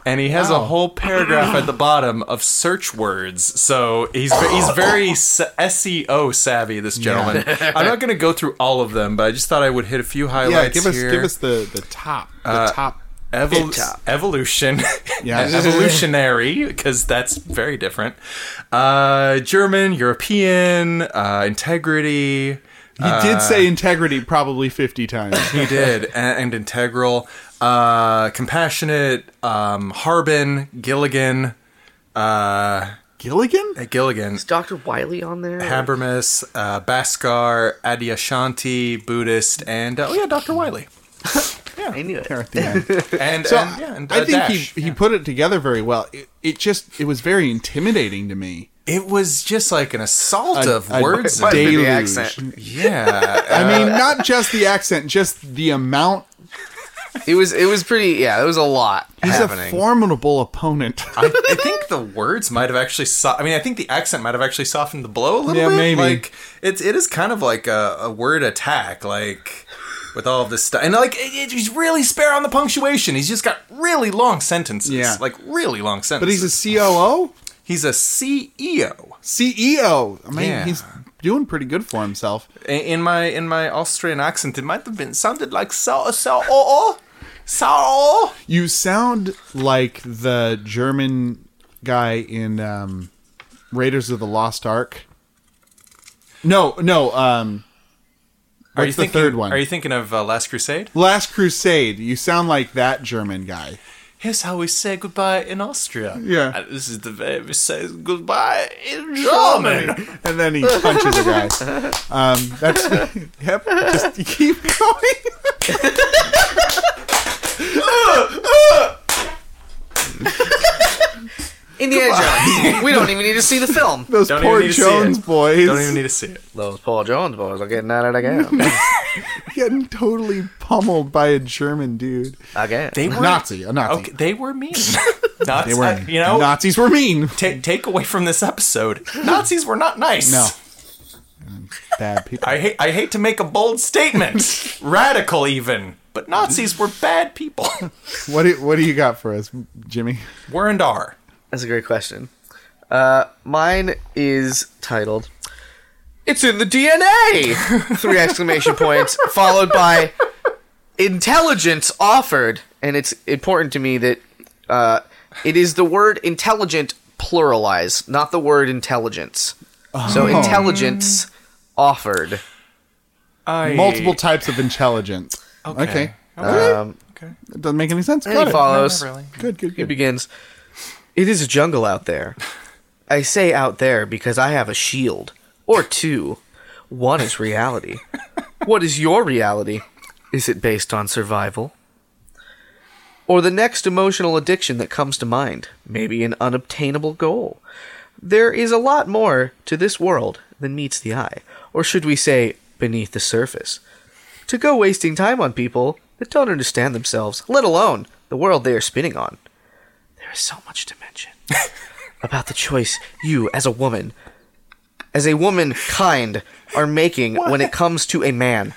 [SPEAKER 1] And he has a whole paragraph at the bottom of search words, so he's ve-
[SPEAKER 3] Oh.
[SPEAKER 1] he's very s- SEO savvy. This gentleman. I'm not going to go through all of them, but I just thought I would hit a few highlights
[SPEAKER 3] yeah, give us
[SPEAKER 1] here. Uh,
[SPEAKER 3] give us the the top the top.
[SPEAKER 1] Evol-
[SPEAKER 2] Top.
[SPEAKER 1] evolution, (laughs)
[SPEAKER 3] Yeah.
[SPEAKER 1] And evolutionary, because that's very different. Uh, German, European, uh, integrity.
[SPEAKER 3] He
[SPEAKER 1] uh,
[SPEAKER 3] did say integrity probably fifty times.
[SPEAKER 1] He did, and, and integral, uh, compassionate, um, Harbin, Gilligan, uh,
[SPEAKER 3] Gilligan.
[SPEAKER 1] Gilligan,
[SPEAKER 2] Doctor Wiley on there?
[SPEAKER 1] Habermas, uh, Bhaskar, Adyashanti, Buddhist, and uh, oh yeah, Doctor Wiley,
[SPEAKER 2] I knew it.
[SPEAKER 3] There at the end.
[SPEAKER 1] and,
[SPEAKER 3] So
[SPEAKER 1] and yeah, and, uh,
[SPEAKER 3] I think
[SPEAKER 1] Dash.
[SPEAKER 3] he he put it together very well. It, it just it was very intimidating to me.
[SPEAKER 1] It was just like an assault
[SPEAKER 3] A-
[SPEAKER 1] of
[SPEAKER 3] a
[SPEAKER 1] words.
[SPEAKER 2] Might
[SPEAKER 1] and-
[SPEAKER 2] be the
[SPEAKER 3] deluge.
[SPEAKER 2] accent.
[SPEAKER 1] Yeah,
[SPEAKER 3] (laughs) I mean, not just the accent, just the amount.
[SPEAKER 2] It was it was pretty yeah, it was a lot
[SPEAKER 3] He's
[SPEAKER 2] happening.
[SPEAKER 3] a formidable opponent.
[SPEAKER 1] I, I think the words might have actually. So- I mean, I think the accent might have actually softened the blow a little
[SPEAKER 3] Yeah,
[SPEAKER 1] bit.
[SPEAKER 3] maybe.
[SPEAKER 1] Like it's it is kind of like a, a word attack, like with all of this stuff, and like it, it- he's really spare on the punctuation. He's just got really long sentences,
[SPEAKER 3] Yeah.
[SPEAKER 1] like really long
[SPEAKER 3] (laughs) but he's
[SPEAKER 1] sentences.
[SPEAKER 3] a COO,
[SPEAKER 1] he's a E CEO.
[SPEAKER 3] CEO. E I mean,
[SPEAKER 1] Yeah.
[SPEAKER 3] he's doing pretty good for himself.
[SPEAKER 1] I- In my in my Austrian accent, it might have been sounded like so so oh oh so.
[SPEAKER 3] You sound like the German guy in um, Raiders of the Lost Ark. No, no. Um,
[SPEAKER 1] Are you
[SPEAKER 3] what's the
[SPEAKER 1] thinking,
[SPEAKER 3] third one?
[SPEAKER 1] Are you thinking of uh, Last Crusade?
[SPEAKER 3] Last Crusade. You sound like that German guy.
[SPEAKER 1] Here's how we say goodbye in Austria.
[SPEAKER 3] Yeah.
[SPEAKER 1] And this is the way we say goodbye in German.
[SPEAKER 3] And then he punches a guy. Um, that's (laughs) yep. Just keep going.
[SPEAKER 2] Indiana Jones. we don't even need to see the film.
[SPEAKER 3] Those
[SPEAKER 1] Don't even
[SPEAKER 3] poor
[SPEAKER 1] need to see
[SPEAKER 3] Jones
[SPEAKER 1] it.
[SPEAKER 3] boys
[SPEAKER 1] Don't even need to see it.
[SPEAKER 2] (laughs) Those Paul Jones boys are getting at it (laughs) again.
[SPEAKER 3] getting totally pummeled by a German dude.
[SPEAKER 2] again.
[SPEAKER 1] They were
[SPEAKER 3] Nazi, a Nazi.
[SPEAKER 1] Okay, they were (laughs) mean. Nazi,
[SPEAKER 3] They were
[SPEAKER 1] I- you know,
[SPEAKER 3] Nazis were mean.
[SPEAKER 1] ta- take away from this episode. Nazis were not nice. (laughs)
[SPEAKER 3] No. Um, Bad people.
[SPEAKER 1] I hate I hate to make a bold (laughs) statement. Radical even. But Nazis were bad people.
[SPEAKER 3] What do, what do you got for us, Jimmy?
[SPEAKER 1] (laughs) Were and are.
[SPEAKER 2] That's a great question. Uh, mine is titled "It's in the (laughs) DNA!" Three exclamation points followed by "Intelligence offered," and it's important to me that uh, it is the word "intelligent" pluralized, not the word "intelligence." So intelligence offered.
[SPEAKER 1] I-
[SPEAKER 3] Multiple types of intelligence. Okay.
[SPEAKER 1] Okay.
[SPEAKER 3] Okay.
[SPEAKER 2] Um,
[SPEAKER 1] Okay.
[SPEAKER 3] it doesn't make any sense.
[SPEAKER 2] and
[SPEAKER 3] Got
[SPEAKER 2] he
[SPEAKER 3] it.
[SPEAKER 2] follows.
[SPEAKER 1] Not really.
[SPEAKER 3] Good, good,
[SPEAKER 2] It
[SPEAKER 3] good.
[SPEAKER 2] begins. It is a jungle out there. I say out there because I have a shield. Or two. One is reality. What is your reality? Is it based on survival? Or the next emotional addiction that comes to mind? Maybe an unobtainable goal. There is a lot more to this world than meets the eye. Or should we say, beneath the surface? to go wasting time on people that don't understand themselves, let alone the world they are spinning on. There is so much to mention (laughs) about the choice you, as a woman, as a woman kind, are making when it comes to a man.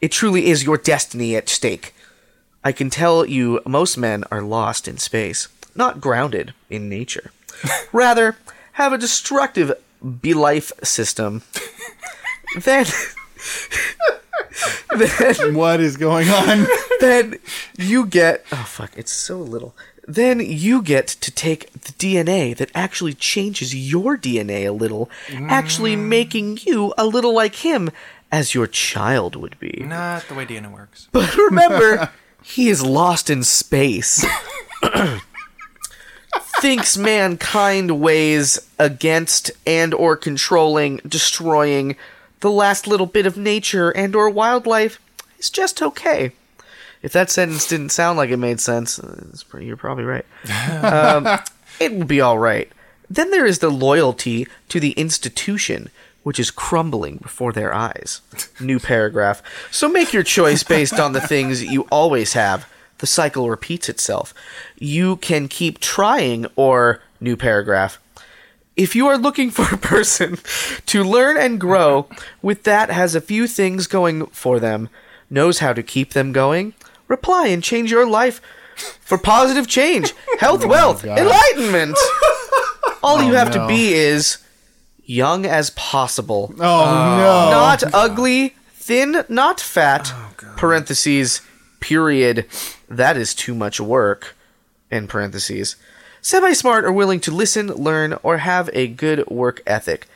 [SPEAKER 2] It truly is your destiny at stake. I can tell you most men are lost in space, not grounded in nature. Rather, have a destructive be life system. then. (laughs) then
[SPEAKER 3] What is
[SPEAKER 1] (laughs)
[SPEAKER 3] going on?
[SPEAKER 2] then you get oh fuck it's so little then you get to take the dna that actually changes your dna a little actually making you a little like him as your child would be
[SPEAKER 1] Not the way DNA works.
[SPEAKER 2] but (laughs) remember he is lost in space (coughs) thinks mankind weighs against and or controlling destroying the last little bit of nature and or wildlife is just okay if that sentence didn't sound like it made sense uh, it's pretty- you're probably right it will be all right. Then there is the loyalty to the institution, which is crumbling before their eyes. New paragraph. So make your choice based on the things you always have the cycle repeats itself. You can keep trying, or new paragraph. If you are looking for a person to learn and grow with that has a few things going for them, knows how to keep them going, reply and change your life for positive
[SPEAKER 3] (laughs)
[SPEAKER 2] change, health, wealth,
[SPEAKER 3] Oh God. (laughs) Oh,
[SPEAKER 2] enlightenment. All you have
[SPEAKER 3] no.
[SPEAKER 2] to be is young as possible.
[SPEAKER 3] Oh,
[SPEAKER 1] Uh,
[SPEAKER 3] no.
[SPEAKER 2] Not ugly, thin, not fat. parentheses, period. That is too much work. In parentheses. Semi smart or willing to listen, learn, or have a good work ethic.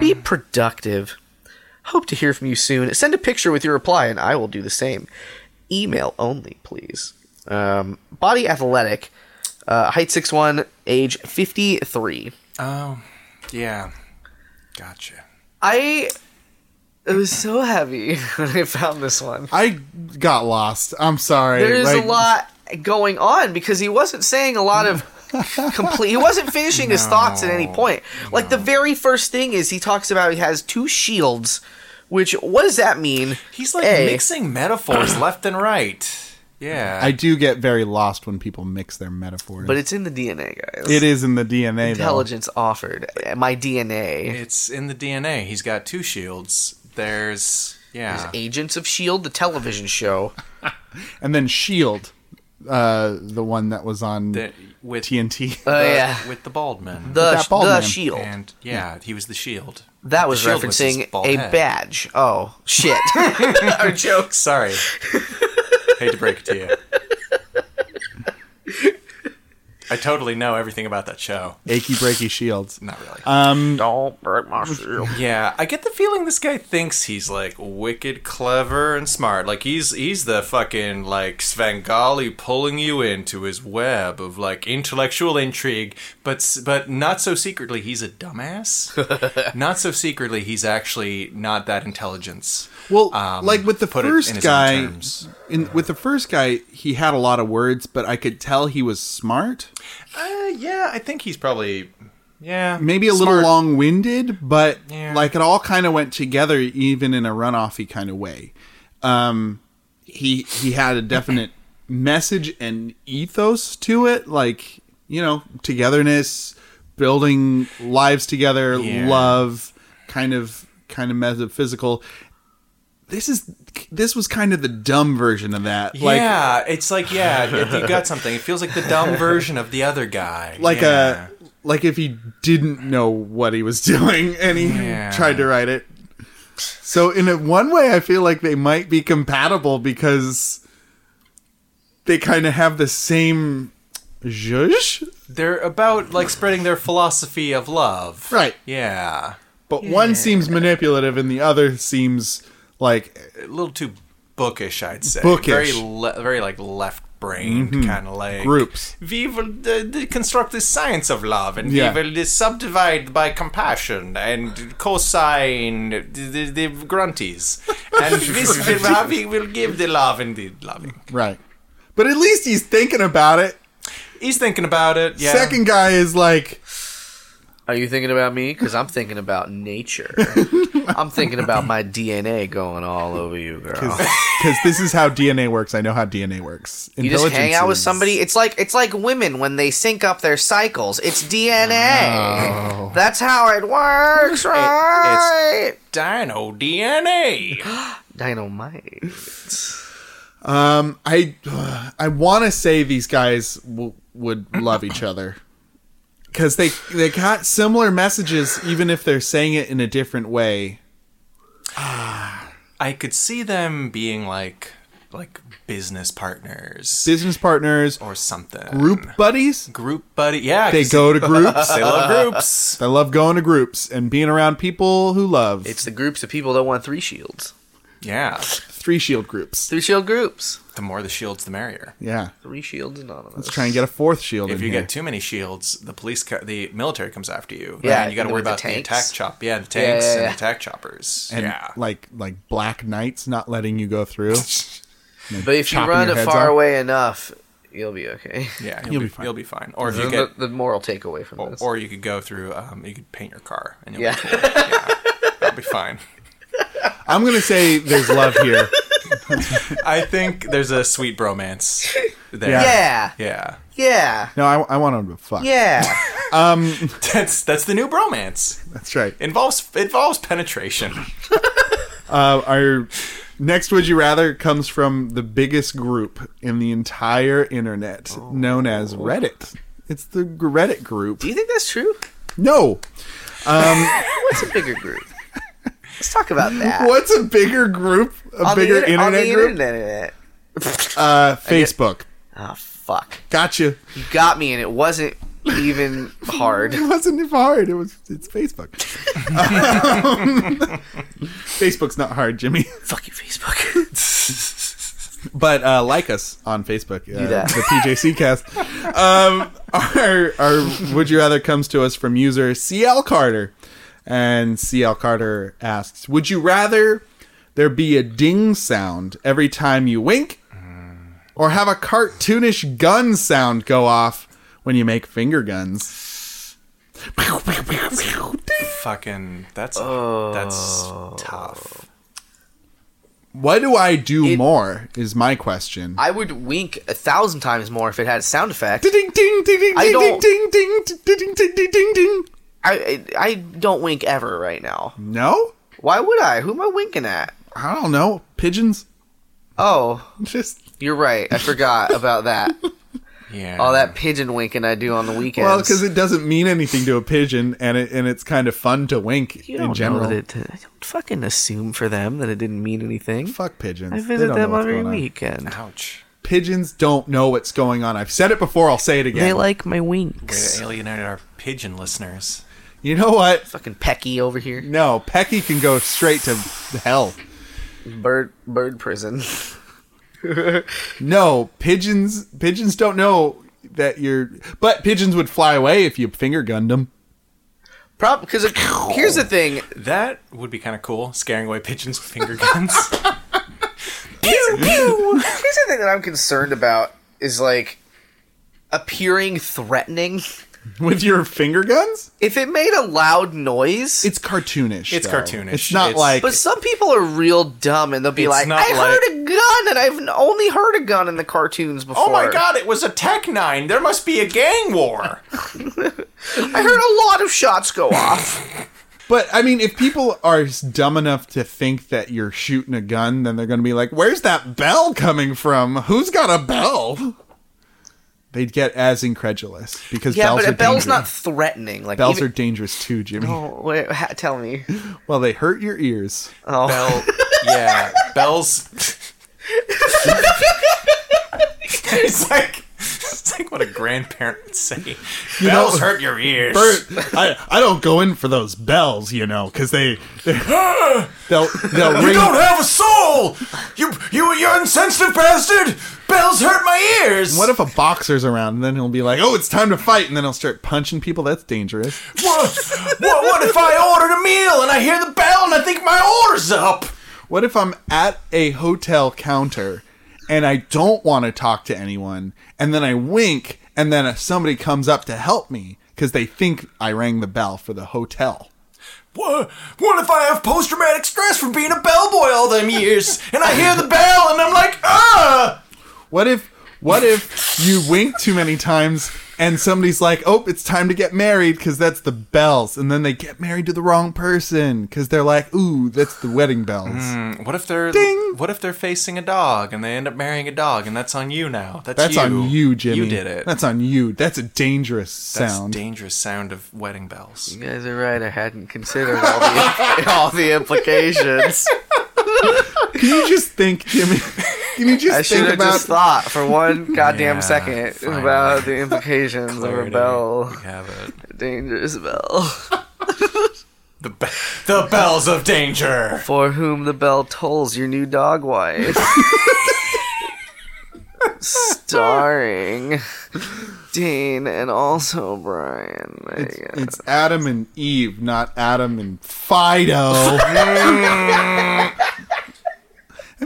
[SPEAKER 2] Be productive. Hope to hear from you soon. Send a picture with your reply, and I will do the same. Email only, please. Um, body athletic, uh, height 6'1, age 53.
[SPEAKER 1] Oh, yeah. Gotcha.
[SPEAKER 2] I it was so heavy (laughs) when I found this one.
[SPEAKER 3] I got lost. I'm sorry.
[SPEAKER 2] There's
[SPEAKER 3] Like,
[SPEAKER 2] a lot going on because he wasn't saying a lot of complete. He wasn't finishing his thoughts at any point. Like the very first thing is he talks about he has two shields, which what does that mean?
[SPEAKER 1] He's like
[SPEAKER 2] A,
[SPEAKER 1] mixing metaphors left and right. Yeah.
[SPEAKER 3] I do get very lost when people mix their metaphors.
[SPEAKER 2] but it's in the DNA, guys.
[SPEAKER 3] it is in the DNA, though.
[SPEAKER 2] intelligence offered. My DNA.
[SPEAKER 1] it's in the DNA. He's got two shields. There's yeah.
[SPEAKER 2] Agents of Shield, E the television show.
[SPEAKER 3] And then Shield, E uh, the one that was on
[SPEAKER 1] There- with uh,
[SPEAKER 3] TNT.
[SPEAKER 2] Oh
[SPEAKER 1] the-
[SPEAKER 2] yeah,
[SPEAKER 1] with the bald man.
[SPEAKER 2] the
[SPEAKER 3] that bald
[SPEAKER 2] the
[SPEAKER 3] man.
[SPEAKER 2] Shield.
[SPEAKER 1] and yeah, he was the shield.
[SPEAKER 2] E That was
[SPEAKER 1] shield was his
[SPEAKER 2] referencing
[SPEAKER 1] bald
[SPEAKER 2] a
[SPEAKER 1] head.
[SPEAKER 2] badge. Oh shit! (laughs) Our jokes.
[SPEAKER 1] Sorry. Hate to break it to you. I totally know everything about that show.
[SPEAKER 3] (laughs) Achy breaky shields.
[SPEAKER 1] Not really.
[SPEAKER 3] Um,
[SPEAKER 2] Don't break my shield.
[SPEAKER 1] yeah, I get the feeling this guy thinks he's like wicked clever and smart. Like he's he's the fucking like Svengali pulling you into his web of like intellectual intrigue, but s- but not so secretly he's a dumbass. not so secretly he's actually not that intelligent.
[SPEAKER 3] Well,
[SPEAKER 1] Um,
[SPEAKER 3] like with the
[SPEAKER 1] put it in
[SPEAKER 3] first
[SPEAKER 1] his own
[SPEAKER 3] guy,
[SPEAKER 1] terms.
[SPEAKER 3] in, with the first guy, he had a lot of words, but I could tell he was smart.
[SPEAKER 1] Uh, yeah, I think he's probably yeah
[SPEAKER 3] Maybe a little
[SPEAKER 1] smart.
[SPEAKER 3] long winded, but
[SPEAKER 1] Yeah.
[SPEAKER 3] like it all kind of went together, even in a runoffy kind of way. Um, he he had
[SPEAKER 1] (laughs)
[SPEAKER 3] a definite message and ethos to it, like you know, togetherness, building lives together,
[SPEAKER 1] Yeah.
[SPEAKER 3] love, kind of kind of metaphysical. This is this was kind of the dumb version of that, like
[SPEAKER 1] yeah, it's like yeah, if you got something, it feels like the
[SPEAKER 3] (laughs)
[SPEAKER 1] dumb version of the other guy.
[SPEAKER 3] like
[SPEAKER 1] yeah.
[SPEAKER 3] a like if he didn't know what he was (laughs) doing and he
[SPEAKER 1] Yeah.
[SPEAKER 3] tried to write it. So in a, one way, I feel like they might be compatible because they kind of have the same zhuzh,
[SPEAKER 1] They're about like spreading their philosophy of love.
[SPEAKER 3] right?
[SPEAKER 1] Yeah.
[SPEAKER 3] But one seems manipulative and the other seems like
[SPEAKER 1] A little too bookish, I'd say.
[SPEAKER 3] Bookish.
[SPEAKER 1] Very
[SPEAKER 3] Mm-hmm.
[SPEAKER 1] le- very like left brained kind of like
[SPEAKER 3] Groups.
[SPEAKER 1] We will uh, d- construct the science of love and
[SPEAKER 3] Yeah.
[SPEAKER 1] we will uh, subdivide by compassion and cosine the, the, the
[SPEAKER 3] (laughs)
[SPEAKER 1] grunties. And this will, we will give the love and the loving.
[SPEAKER 3] right. But at least he's thinking about it.
[SPEAKER 1] He's thinking about it. Yeah.
[SPEAKER 3] Second guy is like,
[SPEAKER 2] Are you thinking about me? Because I'm thinking about
[SPEAKER 1] (laughs)
[SPEAKER 2] nature. I'm thinking about my DNA going all over you, girl.
[SPEAKER 1] Oh.
[SPEAKER 3] (laughs) because this is how DNA works. I know how DNA works.
[SPEAKER 2] You just hang out with
[SPEAKER 3] Intelligences.
[SPEAKER 2] somebody. It's like it's like women when they sync up their cycles. It's DNA. That's how it works, right?
[SPEAKER 1] Dino DNA.
[SPEAKER 2] Dynamite.
[SPEAKER 3] Um, I I want to say these guys w- would love each other because they they got similar messages, even if they're saying it in a different way.
[SPEAKER 1] I could see them being like like business partners
[SPEAKER 3] Business partners,
[SPEAKER 1] or something.
[SPEAKER 3] group buddies.
[SPEAKER 1] group buddy. Yeah,
[SPEAKER 3] They
[SPEAKER 1] 'cause
[SPEAKER 3] go to groups.
[SPEAKER 1] They love groups.
[SPEAKER 3] They love going to groups and being around people who love
[SPEAKER 2] It's the groups of people that want three shields.
[SPEAKER 1] Yeah,
[SPEAKER 3] three shield groups.
[SPEAKER 2] Three shield groups.
[SPEAKER 1] the more the shields, the merrier.
[SPEAKER 3] Yeah,
[SPEAKER 2] Three shields anonymous.
[SPEAKER 3] let's try and get a fourth shield.
[SPEAKER 1] If
[SPEAKER 3] in
[SPEAKER 1] you
[SPEAKER 3] here.
[SPEAKER 1] get too many shields, the police, co- the military comes after you.
[SPEAKER 2] Yeah,
[SPEAKER 1] and you got to
[SPEAKER 2] with
[SPEAKER 1] worry
[SPEAKER 2] the
[SPEAKER 1] about the
[SPEAKER 2] tanks.
[SPEAKER 1] attack chop. Yeah, the tanks
[SPEAKER 2] yeah,
[SPEAKER 1] and
[SPEAKER 2] yeah.
[SPEAKER 1] the attack choppers.
[SPEAKER 3] and
[SPEAKER 1] yeah,
[SPEAKER 3] like like black knights not letting you go through.
[SPEAKER 2] But if you
[SPEAKER 3] chopping
[SPEAKER 2] run
[SPEAKER 3] your
[SPEAKER 2] it
[SPEAKER 3] heads
[SPEAKER 2] far
[SPEAKER 3] off.
[SPEAKER 2] away enough, you'll be okay.
[SPEAKER 1] yeah, you'll,
[SPEAKER 3] you'll
[SPEAKER 1] be,
[SPEAKER 3] be fine.
[SPEAKER 1] You'll be fine.
[SPEAKER 2] (laughs)
[SPEAKER 1] Or if
[SPEAKER 2] The,
[SPEAKER 1] you get,
[SPEAKER 2] the moral takeaway from this.
[SPEAKER 1] or you could go through. Um, you could paint your car, and (laughs) you'll
[SPEAKER 2] Yeah. (laughs)
[SPEAKER 1] be cool. yeah, that'll be fine. (laughs)
[SPEAKER 3] I'm gonna say there's love here.
[SPEAKER 1] I think there's a sweet bromance there.
[SPEAKER 2] Yeah.
[SPEAKER 1] Yeah.
[SPEAKER 2] Yeah.
[SPEAKER 3] No, I, I want him to fuck.
[SPEAKER 2] Yeah.
[SPEAKER 1] That's that's the new bromance.
[SPEAKER 3] That's right.
[SPEAKER 1] Involves involves penetration.
[SPEAKER 3] Uh, our next Would You Rather comes from the biggest group in the entire internet, known as Reddit. It's the Reddit group.
[SPEAKER 2] Do you think that's true?
[SPEAKER 3] No.
[SPEAKER 2] What's a bigger group? Let's talk
[SPEAKER 3] (laughs)
[SPEAKER 2] about that.
[SPEAKER 3] What's a bigger group? A
[SPEAKER 2] On the
[SPEAKER 3] bigger
[SPEAKER 2] inter- on
[SPEAKER 3] internet
[SPEAKER 2] the
[SPEAKER 3] group?
[SPEAKER 2] internet.
[SPEAKER 3] Uh, Facebook.
[SPEAKER 2] Oh fuck!
[SPEAKER 3] Gotcha.
[SPEAKER 2] You got me, and it wasn't even hard.
[SPEAKER 3] It wasn't hard. It was. It's
[SPEAKER 2] (laughs)
[SPEAKER 3] Facebook. (laughs) Um, Facebook's not hard, Jimmy.
[SPEAKER 2] Fuck you, Facebook.
[SPEAKER 3] But uh, like us on Facebook, uh,
[SPEAKER 2] that.
[SPEAKER 3] the PJC Cast. um, our, our would you rather comes to us from user CL Carter, and CL Carter asks, "Would you rather there be a ding sound every time you wink, or have a cartoonish gun sound go off when you make finger guns?"
[SPEAKER 1] Fucking that's that's
[SPEAKER 2] Oh.
[SPEAKER 1] tough.
[SPEAKER 3] What do I do
[SPEAKER 2] It-
[SPEAKER 3] more? Is my question.
[SPEAKER 2] I would wink a thousand times more if it had a sound effect.
[SPEAKER 3] ding ding ding ding
[SPEAKER 2] I
[SPEAKER 3] ding
[SPEAKER 2] don't-
[SPEAKER 3] ding ding ding ding ding ding ding ding.
[SPEAKER 2] I, I I don't wink ever right now.
[SPEAKER 3] No,
[SPEAKER 2] Why would I? Who am I winking at?
[SPEAKER 3] I don't know. Pigeons. (laughs)
[SPEAKER 2] Oh,
[SPEAKER 3] Just
[SPEAKER 2] you're right. I forgot about that.
[SPEAKER 1] Yeah.
[SPEAKER 2] All that pigeon winking I do on the weekends.
[SPEAKER 3] well, because it doesn't mean anything to a pigeon, and it and it's kind of fun to wink
[SPEAKER 2] you
[SPEAKER 3] in
[SPEAKER 2] don't
[SPEAKER 3] general.
[SPEAKER 2] know that it. uh, Don't fucking assume for them that it didn't mean anything.
[SPEAKER 3] Fuck pigeons.
[SPEAKER 2] I
[SPEAKER 3] They
[SPEAKER 2] visit
[SPEAKER 3] don't know
[SPEAKER 2] them
[SPEAKER 3] what's
[SPEAKER 2] every
[SPEAKER 3] going on.
[SPEAKER 2] weekend.
[SPEAKER 1] Ouch.
[SPEAKER 3] Pigeons don't know what's going on. I've said it before. I'll say it again.
[SPEAKER 2] They like my
[SPEAKER 1] Way
[SPEAKER 2] winks.
[SPEAKER 1] to alienate our pigeon listeners.
[SPEAKER 3] you know what?
[SPEAKER 2] Fucking pecky over here.
[SPEAKER 3] No, Pecky can go straight to hell.
[SPEAKER 2] Bird bird prison.
[SPEAKER 3] No, pigeons. Pigeons don't know that you're. But pigeons would fly away if you finger gunned them.
[SPEAKER 2] Problem because here's the thing.
[SPEAKER 1] That would be kind of cool, scaring away pigeons with
[SPEAKER 2] (laughs)
[SPEAKER 1] finger guns.
[SPEAKER 2] Here's the thing that I'm concerned about is like appearing threatening.
[SPEAKER 3] (laughs) with your finger guns.
[SPEAKER 2] If it made a loud noise,
[SPEAKER 3] It's cartoonish.
[SPEAKER 1] It's
[SPEAKER 3] though.
[SPEAKER 1] cartoonish.
[SPEAKER 3] It's not
[SPEAKER 1] It's-
[SPEAKER 3] like
[SPEAKER 2] but some people are real dumb and they'll be
[SPEAKER 1] It's
[SPEAKER 2] like,
[SPEAKER 1] not
[SPEAKER 2] "I
[SPEAKER 1] like-
[SPEAKER 2] heard a gun and I've only heard a gun in the cartoons before."
[SPEAKER 1] oh my god, it was a Tech 9. There must be a gang
[SPEAKER 2] (laughs)
[SPEAKER 1] war.
[SPEAKER 2] I heard a lot of shots go
[SPEAKER 1] (laughs)
[SPEAKER 2] off.
[SPEAKER 3] But I mean, if people are s- dumb enough to think that you're shooting a gun, then they're going to be like, "Where's that bell coming from? Who's got a bell?" They'd get as incredulous because
[SPEAKER 2] yeah,
[SPEAKER 3] bells
[SPEAKER 2] but
[SPEAKER 3] are
[SPEAKER 2] a bell's
[SPEAKER 3] dangerous.
[SPEAKER 2] not threatening. Like
[SPEAKER 3] bells
[SPEAKER 2] even-
[SPEAKER 3] are dangerous too, Jimmy.
[SPEAKER 2] Oh, wait, ha- tell me.
[SPEAKER 3] Well, they hurt your ears.
[SPEAKER 2] Oh,
[SPEAKER 1] Bell, yeah,
[SPEAKER 2] (laughs)
[SPEAKER 1] bells. (laughs) it's like it's like what a grandparent would say. bells hurt your ears.
[SPEAKER 3] Bert, I, I don't go in for those bells, you know, because they, they (laughs) they'll they'll
[SPEAKER 1] you
[SPEAKER 3] ring.
[SPEAKER 1] don't have a soul. You you you insensitive bastard. Bells hurt my ears.
[SPEAKER 3] What if a boxer's around and then he'll be like, "Oh, it's time to fight," and then he'll start punching people? That's dangerous.
[SPEAKER 1] what, what what if I ordered a meal and I hear the bell and I think my order's up?
[SPEAKER 3] What if I'm at a hotel counter and I don't want to talk to anyone and then I wink and then somebody comes up to help me because they think I rang the bell for the hotel?
[SPEAKER 1] What, what if I have post traumatic stress from being a bellboy all them years and I hear the bell and I'm like, ah!
[SPEAKER 3] What if what if you wink too many times and somebody's like, "Oh, it's time to get married" because that's the bells and then they get married to the wrong person because they're like, "Ooh, that's the wedding bells."
[SPEAKER 1] What if they're
[SPEAKER 3] Ding.
[SPEAKER 1] what if they're facing a dog and they end up marrying a dog and that's on you now? That's,
[SPEAKER 3] That's on you, Jimmy.
[SPEAKER 1] You did it.
[SPEAKER 3] That's on you. That's a dangerous
[SPEAKER 1] That's
[SPEAKER 3] sound.
[SPEAKER 1] dangerous sound of wedding bells.
[SPEAKER 2] you guys are right. I hadn't considered all
[SPEAKER 3] (laughs)
[SPEAKER 2] the (laughs) all the implications.
[SPEAKER 3] Can you just think,
[SPEAKER 1] (laughs)
[SPEAKER 3] Jimmy? Can you just
[SPEAKER 2] I should
[SPEAKER 3] think
[SPEAKER 2] have
[SPEAKER 3] about
[SPEAKER 2] just thought for
[SPEAKER 3] (laughs)
[SPEAKER 2] one goddamn
[SPEAKER 1] Yeah,
[SPEAKER 2] second
[SPEAKER 1] finally.
[SPEAKER 2] about the implications of a
[SPEAKER 1] Clarity.
[SPEAKER 2] bell,
[SPEAKER 1] We have it.
[SPEAKER 2] dangerous bell,
[SPEAKER 1] The, be- the bells of danger.
[SPEAKER 2] for whom the bell tolls your new dog wife. Starring Dean and also Brian. There you go.
[SPEAKER 3] It's Adam and Eve, not Adam and Fido. Have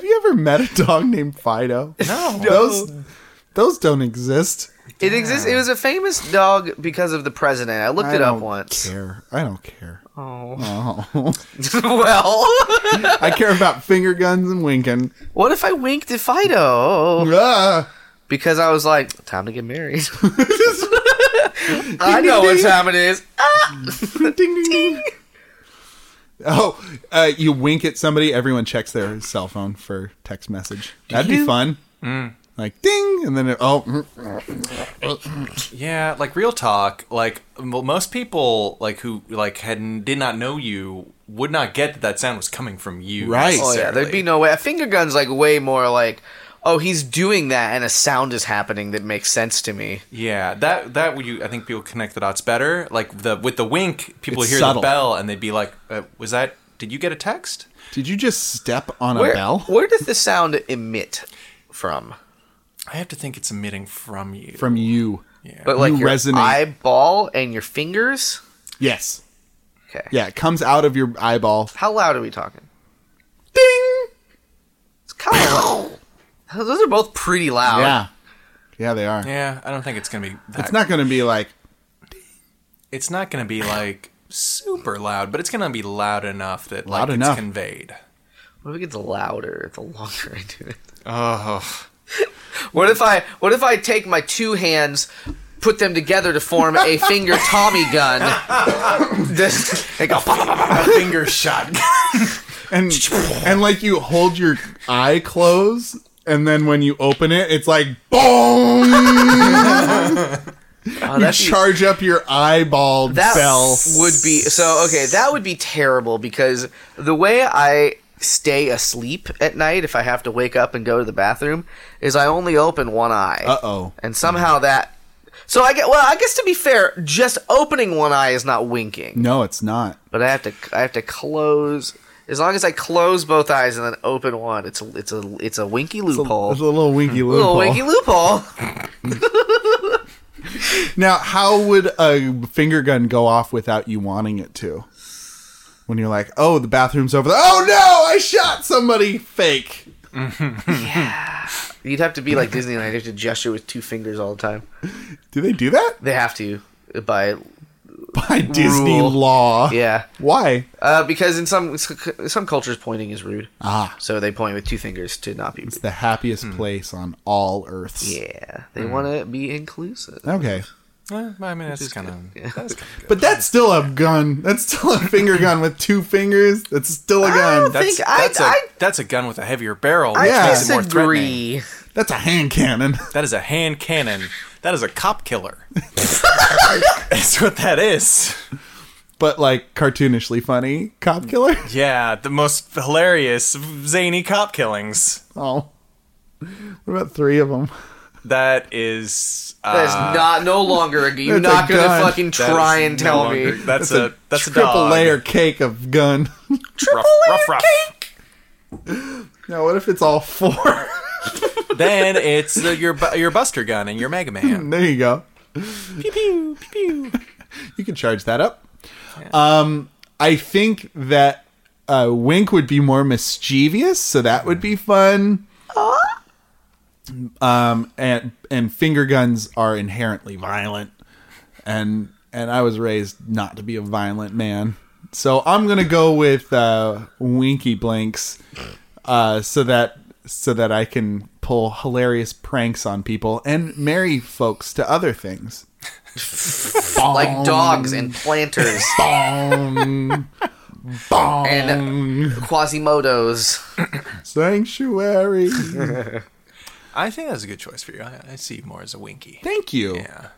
[SPEAKER 3] you ever met a dog named Fido?
[SPEAKER 1] No.
[SPEAKER 3] Those those don't exist.
[SPEAKER 2] It exists. It was a famous dog because of the president. I looked
[SPEAKER 3] I
[SPEAKER 2] it up
[SPEAKER 3] don't
[SPEAKER 2] once.
[SPEAKER 3] care. I don't care.
[SPEAKER 2] Oh. (laughs)
[SPEAKER 3] Oh. (laughs)
[SPEAKER 2] well,
[SPEAKER 3] I care about finger guns and winking.
[SPEAKER 2] what if I winked at Fido
[SPEAKER 3] Ah.
[SPEAKER 2] because I was like, time to get married.
[SPEAKER 3] (laughs)
[SPEAKER 2] I know what time it is.
[SPEAKER 3] ding, ding, ding. Oh, uh, you wink at somebody. Everyone checks their cell phone for text message. That'd be
[SPEAKER 2] you?
[SPEAKER 3] fun. Like ding, and then it, oh, mm,
[SPEAKER 1] Yeah, like real talk. Like m- most people, like who like had did not know you, would not get that that sound was coming from you.
[SPEAKER 3] Right.
[SPEAKER 2] Oh yeah, there'd be no way. A finger gun's like way more like, oh, he's doing that, and a sound is happening that makes sense to me.
[SPEAKER 1] Yeah, that that would you. I think people connect the dots better. Like the with the wink, people
[SPEAKER 3] It's
[SPEAKER 1] hear
[SPEAKER 3] subtle.
[SPEAKER 1] the bell and they'd be like, uh, "Was that? Did you get a text?"
[SPEAKER 3] did you just step on
[SPEAKER 2] Where
[SPEAKER 3] a bell
[SPEAKER 2] where does the sound emit from?
[SPEAKER 1] I have to think it's emitting from you.
[SPEAKER 3] from you?
[SPEAKER 1] yeah.
[SPEAKER 2] But like
[SPEAKER 3] You
[SPEAKER 2] your
[SPEAKER 3] resonate.
[SPEAKER 2] eyeball and your fingers.
[SPEAKER 3] Yes.
[SPEAKER 2] Okay.
[SPEAKER 3] Yeah, it comes out of your eyeball.
[SPEAKER 2] How loud are we talking?
[SPEAKER 3] Ding.
[SPEAKER 2] It's kind
[SPEAKER 3] (laughs)
[SPEAKER 2] of loud. Those are both pretty loud.
[SPEAKER 3] Yeah. Yeah, they are.
[SPEAKER 1] yeah, I don't think it's gonna be. That.
[SPEAKER 3] It's not going to be like
[SPEAKER 1] It's not gonna be like super loud, but it's gonna be loud enough that
[SPEAKER 3] Loud
[SPEAKER 1] like
[SPEAKER 3] enough.
[SPEAKER 1] it's conveyed.
[SPEAKER 2] What if it gets louder the longer I do it?
[SPEAKER 1] Oh.
[SPEAKER 2] What if I what if I take my two hands, put them together to form
[SPEAKER 3] (laughs)
[SPEAKER 2] a finger Tommy gun? Just- they go,
[SPEAKER 1] finger shot.
[SPEAKER 3] (laughs) and and like you hold your eye closed and then when you open it it's like (laughs) boom
[SPEAKER 2] Oh, that'd be-
[SPEAKER 3] charge up your eyeball
[SPEAKER 2] that
[SPEAKER 3] bell
[SPEAKER 2] would be so okay that would be terrible because the way i stay asleep at night if i have to wake up and go to the bathroom is i only open one eye
[SPEAKER 3] Uh-oh.
[SPEAKER 2] and somehow that so i get well i guess to be fair just opening one eye is not winking
[SPEAKER 3] no it's not
[SPEAKER 2] but i have to i have to close as long as i close both eyes and then open one it's a it's a it's a winky loophole
[SPEAKER 3] it's a little (laughs) winky
[SPEAKER 2] little
[SPEAKER 3] Oh, loophole
[SPEAKER 2] winky loophole
[SPEAKER 3] now how would a finger gun go off without you wanting it to when you're like oh the bathroom's over there oh no i shot somebody fake
[SPEAKER 2] (laughs) you'd have to be like disneyland you have to gesture with two fingers all the time
[SPEAKER 3] do they do that (laughs)
[SPEAKER 2] they have to by
[SPEAKER 3] by disney
[SPEAKER 2] Rule.
[SPEAKER 3] law
[SPEAKER 2] yeah
[SPEAKER 3] why
[SPEAKER 2] Uh, because in some some cultures, pointing is rude.
[SPEAKER 3] ah
[SPEAKER 2] So they point with two fingers to not be rude.
[SPEAKER 3] it's the happiest place on all earths
[SPEAKER 2] Hmm. Yeah, they want to be inclusive.
[SPEAKER 3] Hmm. okay
[SPEAKER 1] I mean, that's kind of
[SPEAKER 2] (laughs)
[SPEAKER 1] that's kind of good.
[SPEAKER 3] But that's still a gun. That's still a finger gun with two fingers. That's still a gun.
[SPEAKER 2] don't
[SPEAKER 3] That's,
[SPEAKER 1] That's,
[SPEAKER 2] think I-
[SPEAKER 1] that's a
[SPEAKER 2] I-
[SPEAKER 1] that's a gun with a heavier barrel, which
[SPEAKER 2] I
[SPEAKER 1] makes it more threatening.
[SPEAKER 2] disagree.
[SPEAKER 3] that's a hand cannon. (laughs)
[SPEAKER 1] That is a hand cannon. That is a cop
[SPEAKER 2] (laughs)
[SPEAKER 1] killer. that's what that is.
[SPEAKER 3] But like cartoonishly funny cop killer.
[SPEAKER 1] Yeah, the most hilarious zany cop killings.
[SPEAKER 3] Oh. What about three of them?
[SPEAKER 1] That is. Uh,
[SPEAKER 2] That is not no longer. A, you're
[SPEAKER 3] That's Ah. a
[SPEAKER 2] not gonna
[SPEAKER 3] gun.
[SPEAKER 2] fucking
[SPEAKER 1] that is
[SPEAKER 2] try and
[SPEAKER 1] no
[SPEAKER 2] tell
[SPEAKER 1] longer-
[SPEAKER 2] me.
[SPEAKER 1] That's, a, that's a
[SPEAKER 3] triple
[SPEAKER 1] dog.
[SPEAKER 3] layer cake of gun.
[SPEAKER 1] Rough, rough, rough. (laughs)
[SPEAKER 3] now what if it's all four? (laughs)
[SPEAKER 1] Then it's the, your bu- your Buster gun and your Mega
[SPEAKER 2] (laughs)
[SPEAKER 1] Man.
[SPEAKER 3] there you go.
[SPEAKER 1] pew pew pew. pew.
[SPEAKER 3] (laughs) You can charge that up. Um, I think that uh, Wink would be more mischievous, so that would be fun. Um, and and finger guns are inherently violent, and and I was raised not to be a violent man, so I'm gonna go with uh, Winky Blinks, uh, so that so that I can pull hilarious pranks on people and marry folks to other things. Oh.
[SPEAKER 2] Like dogs and planters (laughs)
[SPEAKER 3] Bong. Bong.
[SPEAKER 2] and Quasimodos.
[SPEAKER 3] Sanctuary.
[SPEAKER 1] I think that's a good choice for you. I, I see you more as a Winky.
[SPEAKER 3] Thank you.
[SPEAKER 1] Yeah.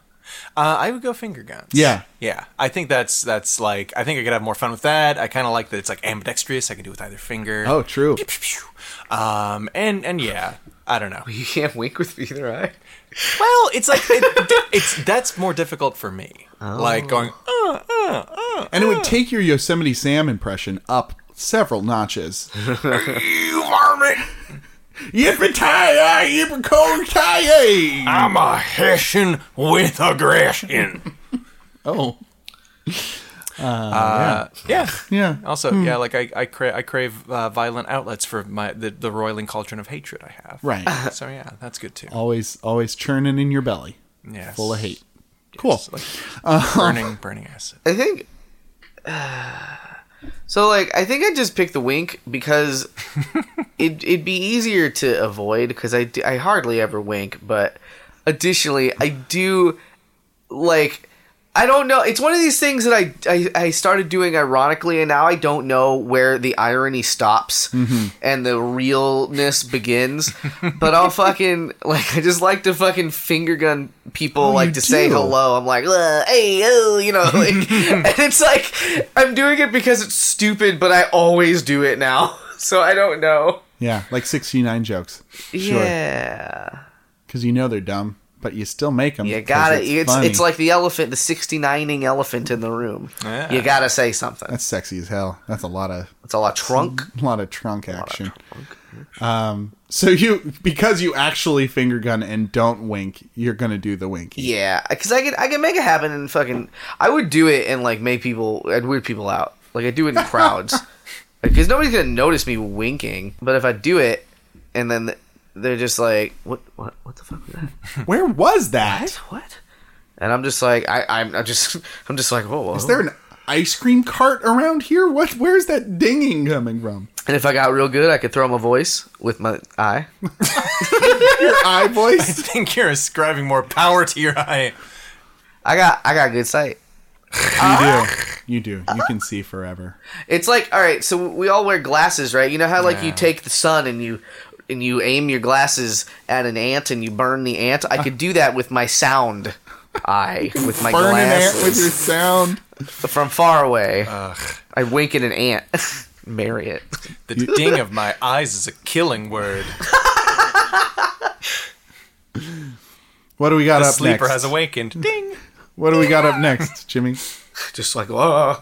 [SPEAKER 1] Uh, I would go finger guns.
[SPEAKER 3] Yeah.
[SPEAKER 1] Yeah. I think that's that's like I think I could have more fun with that. I kind of like that it's like ambidextrous. I can do it with either finger.
[SPEAKER 3] Oh, true.
[SPEAKER 1] Pew, pew, pew. Um and and yeah, I don't know.
[SPEAKER 2] You can't wink with either eye.
[SPEAKER 1] Well, it's like it, (laughs) it's that's more difficult for me.
[SPEAKER 4] Oh.
[SPEAKER 1] Like going uh, uh, uh.
[SPEAKER 3] And it would take your Yosemite Sam impression up
[SPEAKER 2] (laughs)
[SPEAKER 3] several notches.
[SPEAKER 1] You varmint.
[SPEAKER 3] Yippee-ki-yay, yippee-ko-ki-yay.
[SPEAKER 1] I'm a Hessian
[SPEAKER 4] (laughs)
[SPEAKER 1] with aggression.
[SPEAKER 3] Oh,
[SPEAKER 1] Uh, yeah.
[SPEAKER 3] yeah.
[SPEAKER 1] (laughs) Also, yeah,
[SPEAKER 4] Hmm.
[SPEAKER 1] like I I, cra- I crave uh, violent outlets for my the, the roiling cauldron of hatred I have.
[SPEAKER 3] Right.
[SPEAKER 4] (laughs)
[SPEAKER 1] So yeah, that's good too.
[SPEAKER 3] Always, always churning in your belly.
[SPEAKER 1] Yes.
[SPEAKER 4] full of hate.
[SPEAKER 3] Cool.
[SPEAKER 1] It's like
[SPEAKER 2] Uh,
[SPEAKER 1] burning, burning acid. (laughs)
[SPEAKER 2] I think. (sighs) so like I think I just picked the wink because it it'd be easier to avoid because I d- I hardly ever wink, but additionally I do like I don't know. It's one of these things that I, I, I started doing ironically, and now I don't know where the irony stops
[SPEAKER 3] Mm-hmm.
[SPEAKER 2] and the realness begins. but I'll fucking (laughs) like I just like to fucking finger gun people,
[SPEAKER 3] Oh,
[SPEAKER 2] like
[SPEAKER 3] you
[SPEAKER 2] to say
[SPEAKER 3] do.
[SPEAKER 2] hello. I'm like, "Ugh, hey, oh, you know,
[SPEAKER 3] (laughs)
[SPEAKER 2] like, (laughs) and it's like I'm doing it because it's stupid, but I always do it now, (laughs) so I don't know.
[SPEAKER 3] Yeah, like 69 jokes.
[SPEAKER 2] Yeah,
[SPEAKER 3] Because you know they're dumb, but you still make them.
[SPEAKER 2] you got it. It's it's like the elephant, the 69ing elephant in the room.
[SPEAKER 1] Yeah.
[SPEAKER 2] You gotta say something.
[SPEAKER 3] That's sexy as hell. That's a lot of (laughs)
[SPEAKER 2] It's all a trunk.
[SPEAKER 3] a lot of trunk action. Um, so you because you actually finger gun and don't wink, you're gonna do the winky.
[SPEAKER 2] Yeah, because I could I could make it happen and fucking I would do it and like make people I'd weird people out. Like I do it in crowds because nobody's gonna notice me winking. But if I do it and then they're just like, what what what the fuck was that? (laughs)
[SPEAKER 3] Where was that?
[SPEAKER 2] What? And I'm just like I I'm, I'm just (laughs) I'm just like whoa. whoa.
[SPEAKER 3] Is there an ice cream cart around here? What? Where's that dinging coming from?
[SPEAKER 2] And if I got real good, I could throw them a voice with my eye. (laughs)
[SPEAKER 3] Your eye
[SPEAKER 1] I
[SPEAKER 3] voice.
[SPEAKER 1] think you're ascribing more power to your eye.
[SPEAKER 2] I got I got good sight.
[SPEAKER 3] You do. You do. You can see forever.
[SPEAKER 2] It's like all right, so we all wear glasses, right? You know how like you take the sun and you and you aim your glasses at an ant and you burn the ant. I could do that with my sound eye with my
[SPEAKER 3] Burn an ant
[SPEAKER 2] glasses
[SPEAKER 3] with your sound.
[SPEAKER 2] from far away. I wink at an ant. (laughs) Marry it.
[SPEAKER 1] The ding of my eyes is a killing word.
[SPEAKER 3] What do we got
[SPEAKER 1] The
[SPEAKER 3] up
[SPEAKER 1] sleeper
[SPEAKER 3] next?
[SPEAKER 1] has awakened. Ding.
[SPEAKER 3] what do we
[SPEAKER 2] (laughs)
[SPEAKER 3] got up next, Jimmy?
[SPEAKER 2] Just like oh.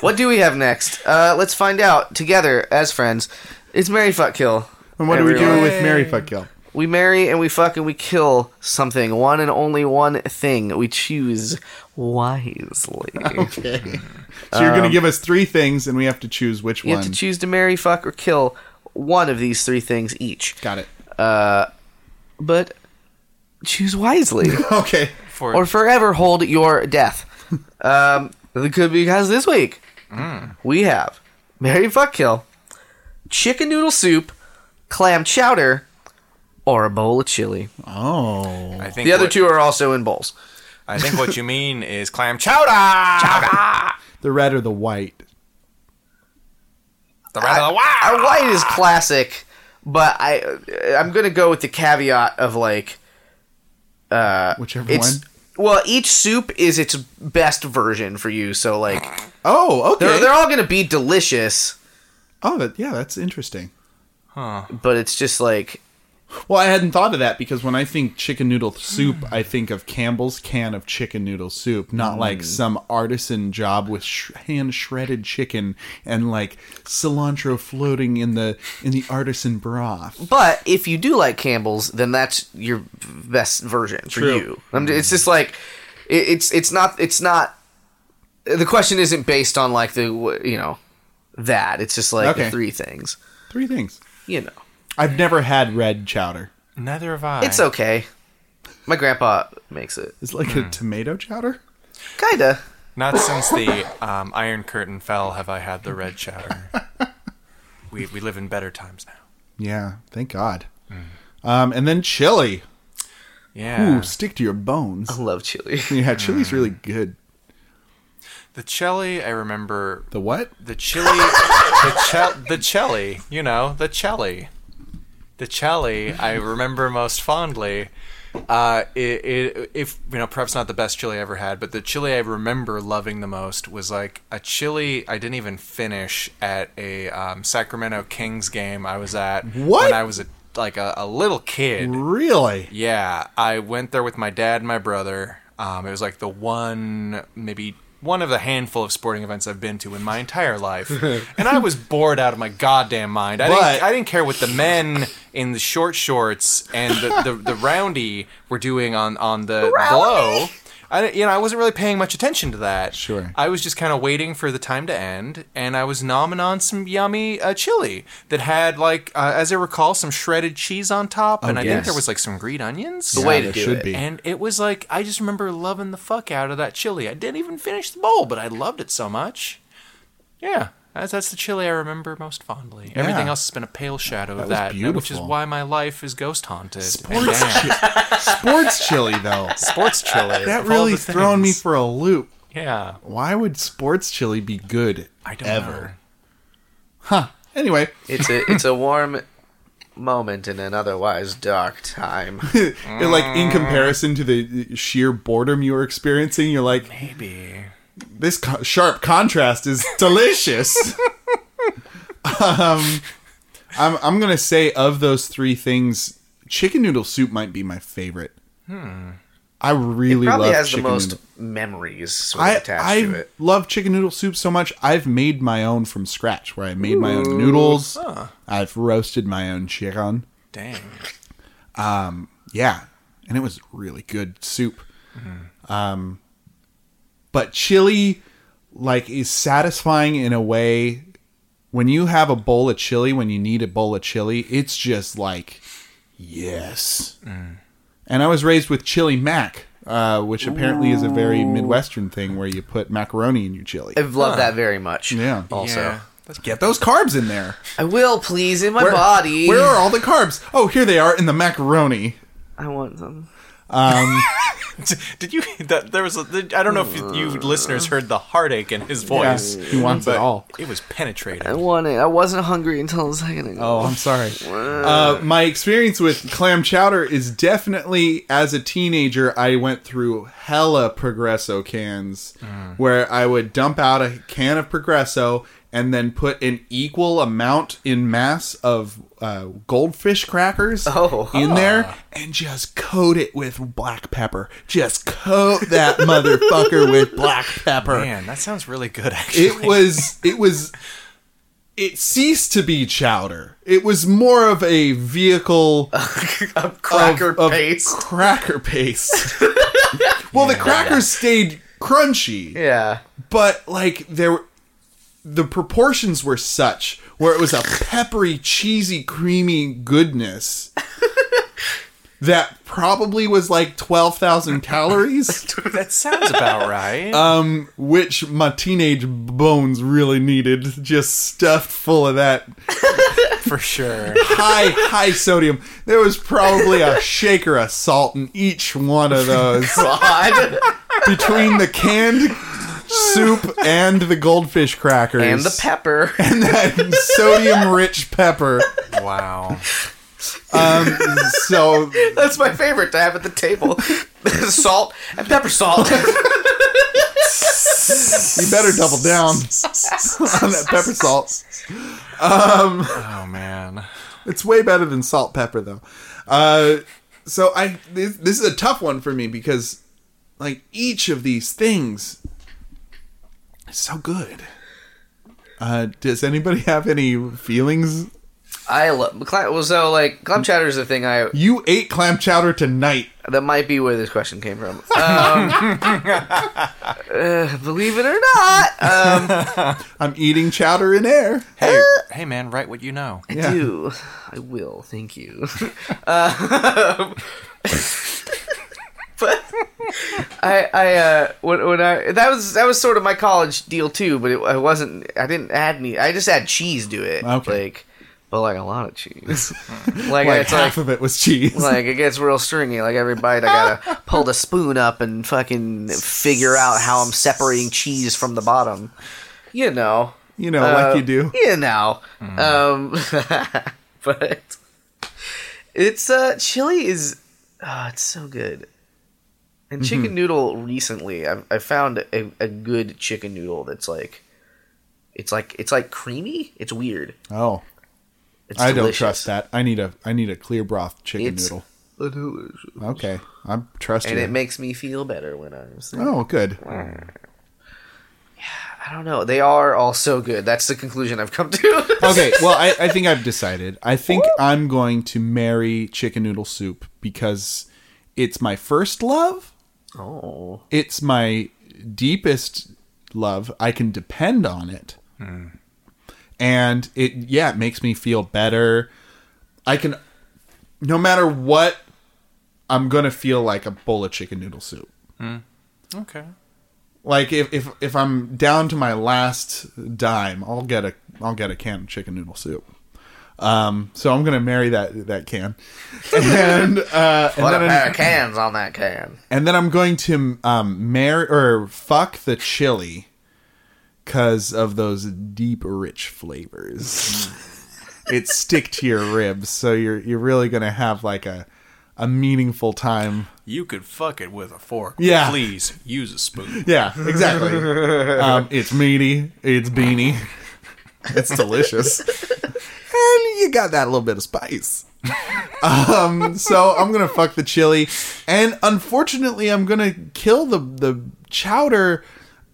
[SPEAKER 2] what do we have next? Uh, let's find out together as friends. It's marry, fuck, kill.
[SPEAKER 3] And what do we do
[SPEAKER 2] Everyone.
[SPEAKER 3] with Mary Fuck Kill?
[SPEAKER 2] We marry and we fuck and we kill something. One and only one thing. We choose wisely.
[SPEAKER 3] So you're going to give us three things, and we have to choose which
[SPEAKER 2] You
[SPEAKER 3] one.
[SPEAKER 2] Um, have to choose to marry, fuck, or kill one of these three things each.
[SPEAKER 3] Got it.
[SPEAKER 2] But choose wisely,
[SPEAKER 3] Okay.
[SPEAKER 1] For
[SPEAKER 2] or forever hold your
[SPEAKER 3] (laughs)
[SPEAKER 2] death. Um, it could be because this week
[SPEAKER 3] Mm.
[SPEAKER 2] we have marry, fuck, kill, chicken noodle soup, clam chowder, or a bowl of chili.
[SPEAKER 3] Oh.
[SPEAKER 1] I think
[SPEAKER 2] The other
[SPEAKER 1] what-
[SPEAKER 2] two are also in bowls.
[SPEAKER 1] I think what you mean is clam chowder. Chowder.
[SPEAKER 3] The red or the white?
[SPEAKER 1] The red
[SPEAKER 3] Uh,
[SPEAKER 1] of the
[SPEAKER 2] Our
[SPEAKER 1] wow.
[SPEAKER 2] white is classic, but I I'm gonna go with the caveat of like
[SPEAKER 3] Whichever
[SPEAKER 2] Uh, it's.
[SPEAKER 3] one.
[SPEAKER 2] Well, each soup is its best version for you. So, like,
[SPEAKER 3] Oh, okay.
[SPEAKER 2] They're, they're all going to be delicious,
[SPEAKER 3] oh, that, yeah, that's interesting.
[SPEAKER 2] but it's just like
[SPEAKER 3] Well, I hadn't thought of that because when I think chicken noodle soup, I think of Campbell's can of chicken noodle soup, not like some artisan job with sh- hand shredded chicken and like cilantro floating in the in the artisan broth.
[SPEAKER 2] but if you do like Campbell's, then that's your best version for
[SPEAKER 3] True.
[SPEAKER 2] you. I'm, it's just like it, it's it's not it's not the question isn't based on like the you know that it's just like the
[SPEAKER 3] Okay.
[SPEAKER 2] three things
[SPEAKER 3] Three things.
[SPEAKER 2] you know
[SPEAKER 3] I've never had red chowder.
[SPEAKER 1] Neither have I.
[SPEAKER 2] it's okay my grandpa makes it
[SPEAKER 3] It's like a tomato chowder.
[SPEAKER 2] kinda
[SPEAKER 1] Not since the um, Iron Curtain fell have I had the red
[SPEAKER 2] (laughs)
[SPEAKER 1] chowder. we we live in better times now.
[SPEAKER 3] Yeah, thank God. Um, and then chili.
[SPEAKER 1] Yeah. Oh. Mm.
[SPEAKER 3] Ooh, stick to your bones.
[SPEAKER 2] I love chili (laughs)
[SPEAKER 3] Yeah, chili's really good.
[SPEAKER 1] The chili I remember
[SPEAKER 3] The what?
[SPEAKER 1] the chili the chel the chili, you know, the chili. The chili I remember most fondly. Uh, it, it, if you know, perhaps not the best chili I ever had, but the chili I remember loving the most was like a chili I didn't even finish at a um, Sacramento Kings game I was at
[SPEAKER 3] What?
[SPEAKER 1] when I was a, like a, a little kid.
[SPEAKER 3] Really?
[SPEAKER 1] Yeah, I went there with my dad and my brother. Um, it was like the one, maybe one of the handful of sporting events I've been to in
[SPEAKER 3] (laughs)
[SPEAKER 1] my entire life, and I was bored out of my goddamn mind. I,
[SPEAKER 3] But-
[SPEAKER 1] didn't, I didn't care what the men in the short shorts and the, the, the roundy we're doing on on the blow. I, you know, I wasn't really paying much attention to that.
[SPEAKER 3] Sure.
[SPEAKER 1] I was just kind of waiting for the time to end, and I was nomming on some yummy uh, chili that had, like, uh, as I recall, some shredded cheese on top, and I think
[SPEAKER 3] Oh, yes.
[SPEAKER 1] there was like some green onions.
[SPEAKER 2] The way to
[SPEAKER 3] there
[SPEAKER 2] do
[SPEAKER 3] should
[SPEAKER 1] (laughs)
[SPEAKER 2] it.
[SPEAKER 3] be.
[SPEAKER 1] And it was like I just remember loving the fuck out of that chili. I didn't even finish the bowl, but I loved it so much. Yeah, that's, that's the chili I remember most fondly. Everything else has been a pale shadow of
[SPEAKER 3] was
[SPEAKER 1] that, and- which is
[SPEAKER 3] beautiful.
[SPEAKER 1] why my life is ghost haunted.
[SPEAKER 3] Sports,
[SPEAKER 1] And, yeah,
[SPEAKER 3] chi- sports chili
[SPEAKER 1] (laughs)
[SPEAKER 3] though.
[SPEAKER 1] sports chili.
[SPEAKER 3] That
[SPEAKER 1] of all
[SPEAKER 3] really
[SPEAKER 1] the
[SPEAKER 3] thrown me
[SPEAKER 1] things.
[SPEAKER 3] for a loop.
[SPEAKER 1] yeah,
[SPEAKER 3] Why would sports chili be good
[SPEAKER 1] I don't
[SPEAKER 3] ever?
[SPEAKER 1] know.
[SPEAKER 3] Huh. Anyway, (laughs)
[SPEAKER 2] It's a it's a warm moment in an otherwise dark
[SPEAKER 3] (laughs)
[SPEAKER 2] time.
[SPEAKER 3] it, like
[SPEAKER 1] Mm.
[SPEAKER 3] in comparison to the sheer boredom you were experiencing, you're like
[SPEAKER 1] Maybe.
[SPEAKER 3] this co- sharp contrast is
[SPEAKER 2] (laughs)
[SPEAKER 3] delicious. um, I'm I'm gonna say of those three things, chicken noodle soup might be my favorite. I really
[SPEAKER 2] Hmm. Probably
[SPEAKER 3] love
[SPEAKER 2] has the
[SPEAKER 3] chicken
[SPEAKER 2] most
[SPEAKER 3] noodle.
[SPEAKER 2] memories sort of
[SPEAKER 3] I
[SPEAKER 2] attached
[SPEAKER 3] I
[SPEAKER 2] to it.
[SPEAKER 3] love chicken noodle soup so much. I've made my own from scratch, where I made my own noodles. I've roasted my own chicken.
[SPEAKER 1] Dang.
[SPEAKER 3] Yeah, and it was really good soup. Um, but chili, like, is satisfying in a way. When you have a bowl of chili, when you need a bowl of chili, it's just like, yes. And I was raised with chili mac, uh, which apparently is a very Midwestern thing where you put macaroni in your chili.
[SPEAKER 2] I love that very much.
[SPEAKER 3] Yeah.
[SPEAKER 2] Also,
[SPEAKER 1] Yeah, (laughs) that's
[SPEAKER 3] Get those carbs in there.
[SPEAKER 2] I will please in my
[SPEAKER 3] Where-
[SPEAKER 2] body.
[SPEAKER 3] Where are all the carbs? Oh, here they are in the macaroni.
[SPEAKER 2] I want them.
[SPEAKER 1] Did you? That there was. A, I don't know if you, you listeners heard the heartache in his voice.
[SPEAKER 3] Yeah, he wants it all.
[SPEAKER 1] It was penetrating.
[SPEAKER 2] I want it. I wasn't hungry until a second ago. (laughs)
[SPEAKER 3] Oh, I'm sorry. Uh, my experience with clam chowder is definitely as a teenager, I went through hella Progresso cans where I would dump out a can of Progresso and then put an equal amount in mass of uh, goldfish crackers
[SPEAKER 2] Oh.
[SPEAKER 3] in there and just coat it with black pepper. Just coat that motherfucker with black pepper
[SPEAKER 1] Man, that sounds really good. Actually,
[SPEAKER 3] it was it was it ceased to be chowder it was more of
[SPEAKER 2] (laughs)
[SPEAKER 3] a vehicle of-
[SPEAKER 2] Of cracker
[SPEAKER 3] of
[SPEAKER 2] paste. (laughs)
[SPEAKER 3] cracker paste well the crackers stayed crunchy
[SPEAKER 2] yeah.
[SPEAKER 3] but like there were- the proportions were such where
[SPEAKER 2] (laughs)
[SPEAKER 3] it was a peppery cheesy
[SPEAKER 2] (laughs)
[SPEAKER 3] creamy goodness that probably was like 12,000
[SPEAKER 2] (laughs)
[SPEAKER 3] calories
[SPEAKER 1] that sounds about right.
[SPEAKER 3] um, which my teenage bones really needed, just stuffed full of that
[SPEAKER 1] for sure.
[SPEAKER 3] high,
[SPEAKER 2] (laughs)
[SPEAKER 3] high sodium. There was probably a shaker of salt in each one of those
[SPEAKER 2] (laughs)
[SPEAKER 3] (laughs)
[SPEAKER 2] God.
[SPEAKER 3] between the canned soup and the goldfish crackers
[SPEAKER 2] and
[SPEAKER 3] (laughs)
[SPEAKER 2] the pepper. (laughs)
[SPEAKER 3] and that sodium-rich pepper.
[SPEAKER 1] Wow.
[SPEAKER 3] Um, so
[SPEAKER 2] That's my favorite to have at the table. (laughs) salt and pepper salt. (laughs)
[SPEAKER 3] you better double
[SPEAKER 2] (laughs)
[SPEAKER 3] down on that pepper salt.
[SPEAKER 1] Oh man.
[SPEAKER 3] It's way better than salt pepper though. Uh, so I this, this is a tough one for me because like each of these things is so good. Uh, does anybody have any feelings?
[SPEAKER 2] I love clam. Well, so like clam chowder is the thing I
[SPEAKER 3] You ate clam chowder tonight.
[SPEAKER 2] that might be where this question came from. Um,
[SPEAKER 3] (laughs)
[SPEAKER 2] uh, believe it or not, um,
[SPEAKER 3] I'm eating chowder in air.
[SPEAKER 1] Hey, hey man, write what you know.
[SPEAKER 2] I
[SPEAKER 3] Yeah.
[SPEAKER 2] do. I will. Thank
[SPEAKER 3] (laughs)
[SPEAKER 2] you. uh, (laughs) but I, I, uh, when, when I that was that was sort of my college deal too. But it, I wasn't. I didn't add any. I just had cheese to it.
[SPEAKER 3] Okay.
[SPEAKER 2] Like, but like a lot of cheese.
[SPEAKER 3] (laughs)
[SPEAKER 2] like,
[SPEAKER 3] Like
[SPEAKER 2] it's like
[SPEAKER 3] half of it was cheese.
[SPEAKER 2] like it gets real stringy. Like every bite, I gotta pull the spoon up and fucking figure out how I'm separating cheese from the bottom. You know,
[SPEAKER 3] (laughs) you know,
[SPEAKER 2] Uh,
[SPEAKER 3] like you
[SPEAKER 2] (laughs)
[SPEAKER 3] do. Mm.
[SPEAKER 2] You know, um, (laughs) but it's uh, chili is oh, it's so good. And
[SPEAKER 3] Mm-hmm.
[SPEAKER 2] chicken noodle recently, I, I found a, a good chicken noodle that's like, it's like it's like creamy. It's weird.
[SPEAKER 3] Oh,
[SPEAKER 2] It's
[SPEAKER 3] I don't
[SPEAKER 2] delicious.
[SPEAKER 3] trust that. I need a I need a clear broth chicken
[SPEAKER 2] It's-
[SPEAKER 3] noodle.
[SPEAKER 2] Delicious.
[SPEAKER 3] Okay, I trust
[SPEAKER 2] And
[SPEAKER 3] you.
[SPEAKER 2] it makes me feel better when I'm. sick.
[SPEAKER 3] oh, good.
[SPEAKER 2] I don't know. They are all so good. That's the conclusion I've come to.
[SPEAKER 3] okay, well, I, I think I've decided. I think I'm going to marry chicken noodle soup because it's my first love.
[SPEAKER 2] (laughs) oh.
[SPEAKER 3] It's my deepest love. I can depend on it. And it, yeah, it makes me feel better. I can, no matter what, I'm going to feel like a bowl of chicken noodle soup.
[SPEAKER 1] Okay.
[SPEAKER 3] Like if, if if I'm down to my last dime, I'll get a I'll get a can of chicken noodle soup. Um, so I'm gonna marry that
[SPEAKER 2] (laughs)
[SPEAKER 3] that can, and uh, and,
[SPEAKER 2] What
[SPEAKER 3] then
[SPEAKER 2] a
[SPEAKER 3] I'm-
[SPEAKER 2] pair of cans on that can.
[SPEAKER 3] and then I'm going to um marry or fuck the chili, cause of those deep
[SPEAKER 2] (laughs)
[SPEAKER 3] rich flavors. it stick to your ribs, so you're you're really gonna have like a a meaningful time
[SPEAKER 1] You could fuck it with a fork.
[SPEAKER 3] Yeah.
[SPEAKER 1] Please use a spoon.
[SPEAKER 3] Yeah, (laughs) exactly. um, it's meaty. It's beanie. It's delicious. and you got that little bit of spice. um, so I'm gonna fuck the chili, and unfortunately, I'm gonna kill the the chowder,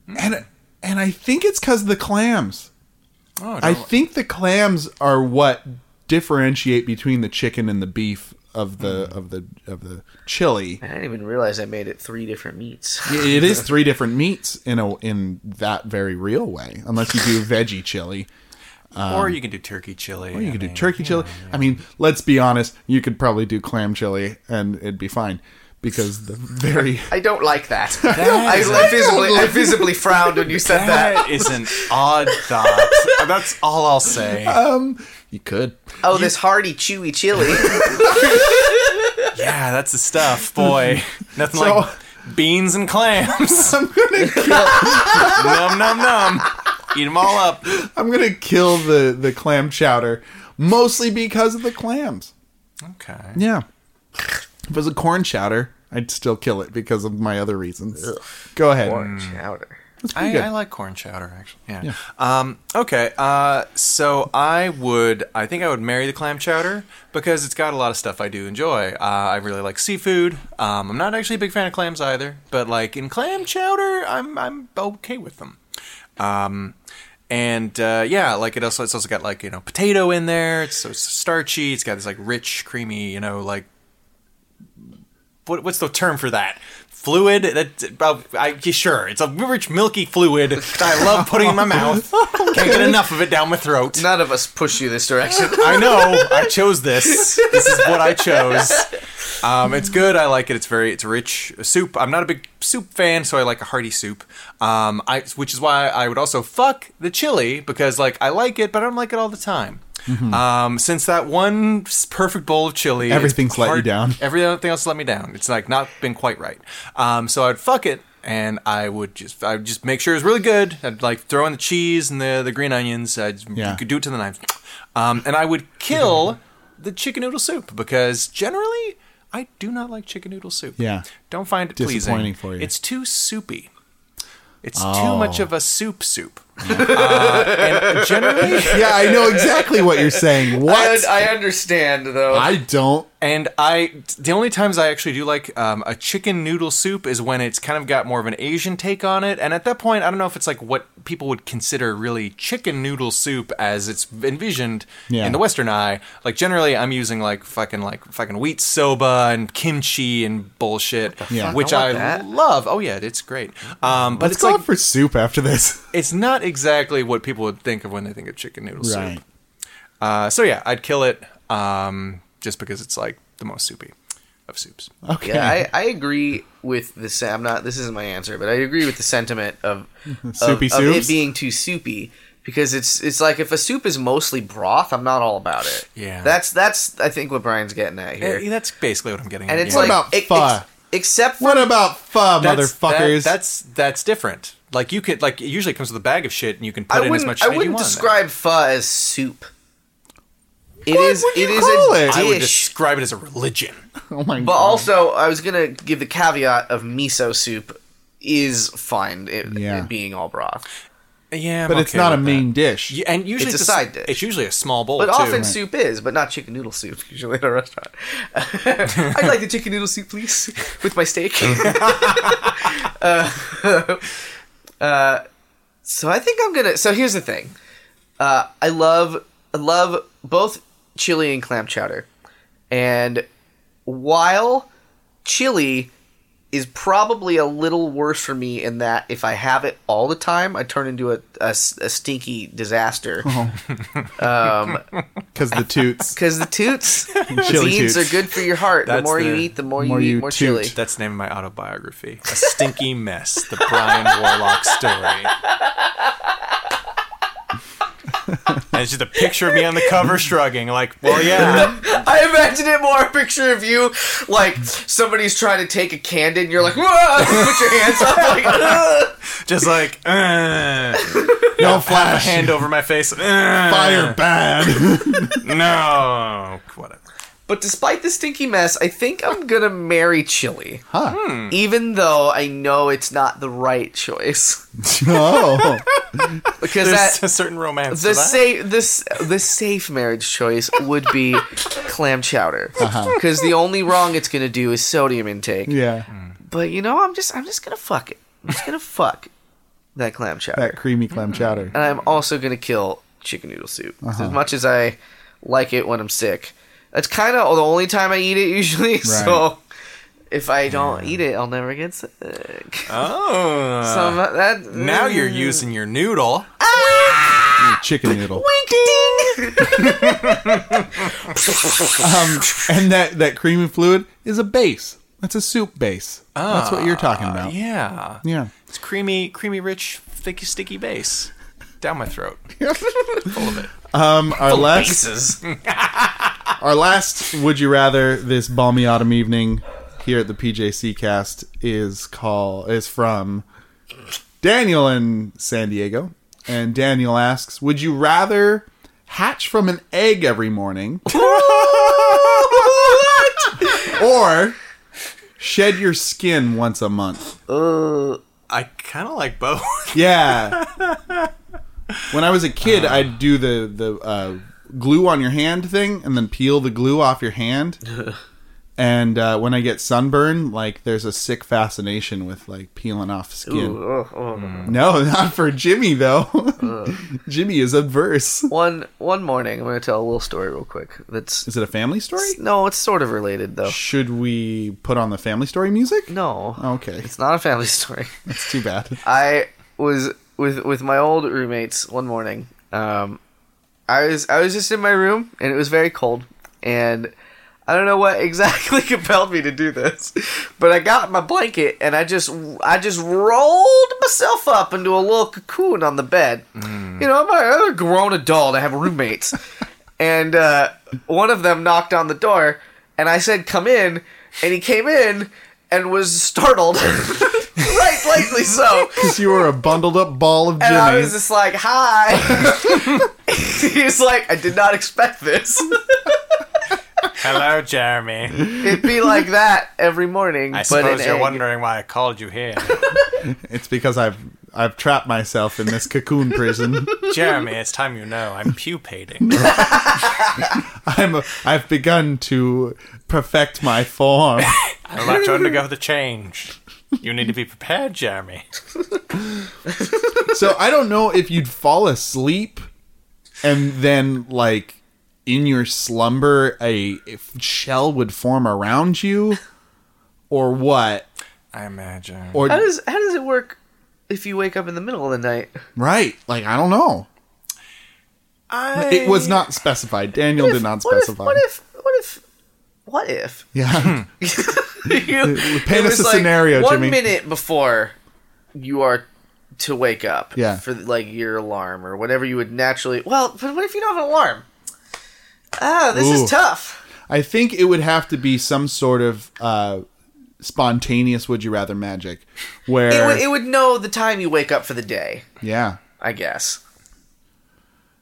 [SPEAKER 3] and and I think it's because the clams.
[SPEAKER 1] Oh,
[SPEAKER 3] I
[SPEAKER 1] no.
[SPEAKER 3] think the clams are what differentiate between the chicken and the beef of the of the of the chili.
[SPEAKER 2] I didn't even realize I made it three different meats.
[SPEAKER 3] it is three different meats in a in that very real way, unless you do veggie chili.
[SPEAKER 1] or you Um, can do turkey chili.
[SPEAKER 3] You could do turkey chili. I mean, let's be honest, you could probably do clam chili and it'd be fine because the very
[SPEAKER 2] (laughs) I don't like that. (laughs) I,
[SPEAKER 1] is-
[SPEAKER 2] I visibly, I visibly frowned when you said that.
[SPEAKER 1] (laughs) That is an odd thought. That's all I'll say.
[SPEAKER 3] you could. (laughs)
[SPEAKER 2] Oh, this hearty, chewy chili.
[SPEAKER 1] yeah, that's the stuff, boy. Nothing
[SPEAKER 3] So-
[SPEAKER 1] like beans and clams.
[SPEAKER 3] I'm gonna kill,
[SPEAKER 1] num num num. Eat them all up.
[SPEAKER 3] I'm gonna kill the the clam chowder mostly because of the clams.
[SPEAKER 1] Okay.
[SPEAKER 3] Yeah. If it was a corn chowder, I'd still kill it because of my other reasons. Go ahead.
[SPEAKER 2] Chowder.
[SPEAKER 3] That's pretty
[SPEAKER 1] I,
[SPEAKER 3] good.
[SPEAKER 1] I like corn chowder actually. Yeah. Um, okay. Uh, so I would. I think I would marry the clam chowder because it's got a lot of stuff I do enjoy. Uh, I really like seafood. Um, I'm not actually a big fan of clams either, but like in clam chowder, I'm I'm okay with them. Um, and uh, yeah, like it also it's also got like you know potato in there. It's, so it's starchy. It's got this like rich, creamy, you know like what, what's the term for that? Fluid? That's about, I, yeah, sure, it's a rich, milky fluid that I love putting in my mouth. Can't get enough of it down my throat.
[SPEAKER 2] None of us push you this direction.
[SPEAKER 1] (laughs) I know. I chose this. This is what I chose. Um, it's good. I like it. It's very. It's rich soup. I'm not a big soup fan, so I like a hearty soup. Um, I which is why I would also fuck the chili because like I like it, but I don't like it all the time. Um, since that one s- perfect bowl of chili, it's
[SPEAKER 3] Everything's let you down.
[SPEAKER 1] Everything else let me down. It's like not been quite right. Um, so I'd fuck it. And I would just, I would just make sure it's really good. I'd like throw in the cheese and the, the green onions. I'd
[SPEAKER 3] Yeah.
[SPEAKER 1] you could do it to the knife. Um, and I would kill the chicken noodle soup because generally I do not like chicken noodle soup.
[SPEAKER 3] Yeah.
[SPEAKER 1] Don't find it pleasing.
[SPEAKER 3] Disappointing for you.
[SPEAKER 1] It's too soupy. It's
[SPEAKER 3] Oh.
[SPEAKER 1] too much of a soup soup. (laughs) uh, and generally,
[SPEAKER 3] yeah, I know exactly what
[SPEAKER 1] (laughs)
[SPEAKER 3] you're saying. What?
[SPEAKER 2] I, I understand, though.
[SPEAKER 3] I don't
[SPEAKER 1] And I, the only times I actually do like um, a chicken noodle soup is when it's kind of got more of an Asian take on it. And at that point, I don't know if it's like what people would consider really chicken noodle soup as it's envisioned
[SPEAKER 3] Yeah.
[SPEAKER 1] in the Western eye. Like generally, I'm using like fucking like fucking wheat soba and kimchi and bullshit,
[SPEAKER 3] Yeah.
[SPEAKER 1] which
[SPEAKER 2] I
[SPEAKER 1] I,
[SPEAKER 2] want that.
[SPEAKER 1] love. Oh yeah, it's great. Um, but
[SPEAKER 3] Let's
[SPEAKER 1] it's
[SPEAKER 3] go
[SPEAKER 1] like
[SPEAKER 3] out for soup after this.
[SPEAKER 1] it's not exactly what people would think of when they think of chicken noodle soup. Uh, so yeah, I'd kill it um, just because it's like the most soupy of soups.
[SPEAKER 3] Okay.
[SPEAKER 2] yeah, I, I agree with the. sen- I'm not. This isn't my answer, but I agree with the sentiment
[SPEAKER 3] (laughs)
[SPEAKER 2] of of-
[SPEAKER 3] Soupy
[SPEAKER 2] of, it
[SPEAKER 3] soups?
[SPEAKER 2] being too soupy because it's it's like if a soup is mostly broth, I'm not all about it.
[SPEAKER 1] Yeah.
[SPEAKER 2] that's that's I think what Brian's getting at here,
[SPEAKER 1] Eh, that's basically what I'm getting.
[SPEAKER 2] and
[SPEAKER 1] at,
[SPEAKER 2] it's
[SPEAKER 1] yeah.
[SPEAKER 2] like
[SPEAKER 3] about
[SPEAKER 2] e- ex-
[SPEAKER 3] pho?
[SPEAKER 2] except for
[SPEAKER 3] what about pho,
[SPEAKER 1] That's-
[SPEAKER 3] motherfuckers?
[SPEAKER 1] that- that's that's different. Like you could like it usually comes with a bag of shit, and you can put
[SPEAKER 2] I
[SPEAKER 1] in as
[SPEAKER 2] wouldn't
[SPEAKER 1] much.
[SPEAKER 2] I
[SPEAKER 1] as you
[SPEAKER 2] wouldn't
[SPEAKER 1] want.
[SPEAKER 2] describe pho as soup. It
[SPEAKER 3] What
[SPEAKER 2] is
[SPEAKER 3] would you
[SPEAKER 2] it is
[SPEAKER 3] call
[SPEAKER 2] a
[SPEAKER 3] it?
[SPEAKER 1] I would
[SPEAKER 2] dish.
[SPEAKER 1] describe it as a religion.
[SPEAKER 3] oh my
[SPEAKER 2] But
[SPEAKER 3] god.
[SPEAKER 2] also, I was gonna give the caveat of miso soup is fine. It,
[SPEAKER 3] Yeah.
[SPEAKER 2] it being all broth,
[SPEAKER 1] Yeah, I'm
[SPEAKER 3] but it's
[SPEAKER 1] okay
[SPEAKER 3] not a
[SPEAKER 1] with that.
[SPEAKER 3] main dish.
[SPEAKER 1] Yeah, and usually
[SPEAKER 2] It's a
[SPEAKER 1] s-
[SPEAKER 2] side dish.
[SPEAKER 1] It's usually a small bowl.
[SPEAKER 2] but
[SPEAKER 1] too.
[SPEAKER 2] often soup is, but not chicken noodle soup. (laughs) Usually at a restaurant, I'd like the chicken noodle soup, please,
[SPEAKER 1] (laughs)
[SPEAKER 2] with my steak. uh, uh, So I think I'm gonna. So here's the thing. Uh, I love I love both chili and clam chowder, and while chili is probably a little worse for me in that if I have it all the time, I turn into a, a s- a stinky
[SPEAKER 1] (laughs)
[SPEAKER 2] disaster. Um,
[SPEAKER 3] because the toots.
[SPEAKER 2] Because the toots,
[SPEAKER 3] Chili
[SPEAKER 2] beans
[SPEAKER 3] toots.
[SPEAKER 2] are good for your heart. the
[SPEAKER 1] That's
[SPEAKER 2] more you
[SPEAKER 1] the-
[SPEAKER 2] eat, the more,
[SPEAKER 3] more
[SPEAKER 2] you eat
[SPEAKER 3] you
[SPEAKER 2] more
[SPEAKER 3] toot.
[SPEAKER 2] chili.
[SPEAKER 1] That's the name of my autobiography. A stinky mess. The Brian Warlock story. And it's just a picture of me on the cover shrugging, like, well,
[SPEAKER 2] (laughs)
[SPEAKER 1] yeah.
[SPEAKER 2] (laughs) I imagine it more a picture of you, like somebody's trying to take a candid, and you're like, "Whoa!" (laughs) put your hands up, like, (laughs) "Ugh."
[SPEAKER 1] Just like, uh,
[SPEAKER 3] No
[SPEAKER 1] a
[SPEAKER 3] flash.
[SPEAKER 1] hand over my face. uh,
[SPEAKER 3] Fire
[SPEAKER 1] (laughs)
[SPEAKER 3] bad.
[SPEAKER 1] No. Whatever.
[SPEAKER 2] But despite the stinky mess, I think I'm gonna marry chili,
[SPEAKER 3] huh.
[SPEAKER 2] even though I know it's not the right choice (laughs)
[SPEAKER 1] Hmm.
[SPEAKER 3] Oh.
[SPEAKER 2] because
[SPEAKER 1] There's
[SPEAKER 2] that.
[SPEAKER 1] a certain romance.
[SPEAKER 2] The
[SPEAKER 1] to that.
[SPEAKER 2] safe, this the safe marriage choice would be clam chowder, because the only wrong it's gonna do is sodium intake.
[SPEAKER 1] Hmm.
[SPEAKER 3] Yeah.
[SPEAKER 2] But you know, I'm just I'm just gonna fuck it. I'm just
[SPEAKER 1] (laughs)
[SPEAKER 2] gonna fuck that clam chowder.
[SPEAKER 3] That creamy
[SPEAKER 1] Hmm.
[SPEAKER 3] clam chowder.
[SPEAKER 2] and I'm also gonna kill chicken noodle soup. 'Cause
[SPEAKER 1] Uh-huh.
[SPEAKER 2] As much as I like it when I'm sick, that's kind of the only time I eat it usually. (laughs) So if I don't eat it, I'll never get sick. (laughs)
[SPEAKER 1] Oh.
[SPEAKER 2] so I'm not- that Ah,
[SPEAKER 1] now you're using your noodle. Ah,
[SPEAKER 3] Chicken noodle.
[SPEAKER 2] Wink, ding. (laughs)
[SPEAKER 1] (laughs)
[SPEAKER 3] Um, and that, that creamy fluid is a base. That's a soup base. That's what you're talking
[SPEAKER 1] Oh.
[SPEAKER 3] about. Yeah.
[SPEAKER 1] Ah, Yeah. It's creamy, creamy, rich, thicky, sticky base. Down my throat.
[SPEAKER 3] Um, our last
[SPEAKER 1] Bases. (laughs)
[SPEAKER 3] our last would you rather this balmy autumn evening here at the PJC cast is call is from Daniel in San Diego. And Daniel asks, Would you rather hatch from an egg every morning? or shed your skin once a month?
[SPEAKER 1] I kind of like both.
[SPEAKER 3] Yeah. when I was a kid,
[SPEAKER 2] Uh.
[SPEAKER 3] I'd do the the uh, glue on your hand thing, and then peel the glue off
[SPEAKER 2] (laughs)
[SPEAKER 3] your hand. and uh, when I get sunburned, like there's a sick fascination with like peeling off skin.
[SPEAKER 2] Ooh, oh, oh. Uh.
[SPEAKER 3] No, not for Jimmy though. (laughs) Jimmy is adverse.
[SPEAKER 2] One one morning, I'm gonna tell a little story real quick. That's
[SPEAKER 3] Is it a family story?
[SPEAKER 2] no, it's sort of related though.
[SPEAKER 3] Should we put on the family story music?
[SPEAKER 2] No,
[SPEAKER 3] Okay,
[SPEAKER 2] it's not a family (laughs) story.
[SPEAKER 3] that's
[SPEAKER 2] (laughs)
[SPEAKER 3] too bad.
[SPEAKER 2] I was with with my old roommates one morning. Um, I was I was just in my room and it was very cold and I don't know what (laughs) exactly compelled me to do this, but I got my blanket and I just I just rolled myself up into a little cocoon on the bed. You know, I'm a, I'm a grown adult. I have roommates, and uh, one of them knocked on the door, and I said, "Come in," and he came in and was startled, (laughs) right, lightly so.
[SPEAKER 3] Because you were a bundled up ball of
[SPEAKER 2] And I
[SPEAKER 3] Jimmy.
[SPEAKER 2] was just like, hi.
[SPEAKER 3] (laughs)
[SPEAKER 2] He's like, I did not expect this.
[SPEAKER 1] Hello, Jeremy.
[SPEAKER 2] It'd be like that every morning.
[SPEAKER 1] I
[SPEAKER 2] but
[SPEAKER 1] suppose
[SPEAKER 2] an
[SPEAKER 1] you're
[SPEAKER 2] egg.
[SPEAKER 1] wondering why I called you (laughs) here.
[SPEAKER 3] It's because I've I've trapped myself in this cocoon
[SPEAKER 2] (laughs)
[SPEAKER 3] prison.
[SPEAKER 1] Jeremy, it's time you know I'm pupating.
[SPEAKER 3] I'm a, I've begun to perfect my form.
[SPEAKER 1] I'm about to undergo the change. You need to be prepared, Jeremy.
[SPEAKER 3] so I don't know if you'd fall asleep and then like in your slumber a f- shell would form around you or what
[SPEAKER 1] I imagine.
[SPEAKER 3] or
[SPEAKER 2] How does how does it work if you wake up in the middle of the night?
[SPEAKER 3] right like I don't know.
[SPEAKER 1] I...
[SPEAKER 3] It was not specified. Daniel did not
[SPEAKER 2] what
[SPEAKER 3] specify.
[SPEAKER 2] What if what if what if (laughs)
[SPEAKER 3] yeah.
[SPEAKER 2] what
[SPEAKER 3] (laughs)
[SPEAKER 2] if you
[SPEAKER 3] Uh, Paint
[SPEAKER 2] it
[SPEAKER 3] us
[SPEAKER 2] was
[SPEAKER 3] a scenario,
[SPEAKER 2] one
[SPEAKER 3] Jimmy.
[SPEAKER 2] minute before you are to wake up
[SPEAKER 3] Yeah.
[SPEAKER 2] for like your alarm or whatever you would naturally well, but what if you don't have an alarm? Ah, this
[SPEAKER 3] Ooh.
[SPEAKER 2] is tough.
[SPEAKER 3] I think it would have to be some sort of uh spontaneous would you rather magic where
[SPEAKER 2] It would, it would know the time you wake up for the day,
[SPEAKER 3] yeah.
[SPEAKER 2] I guess.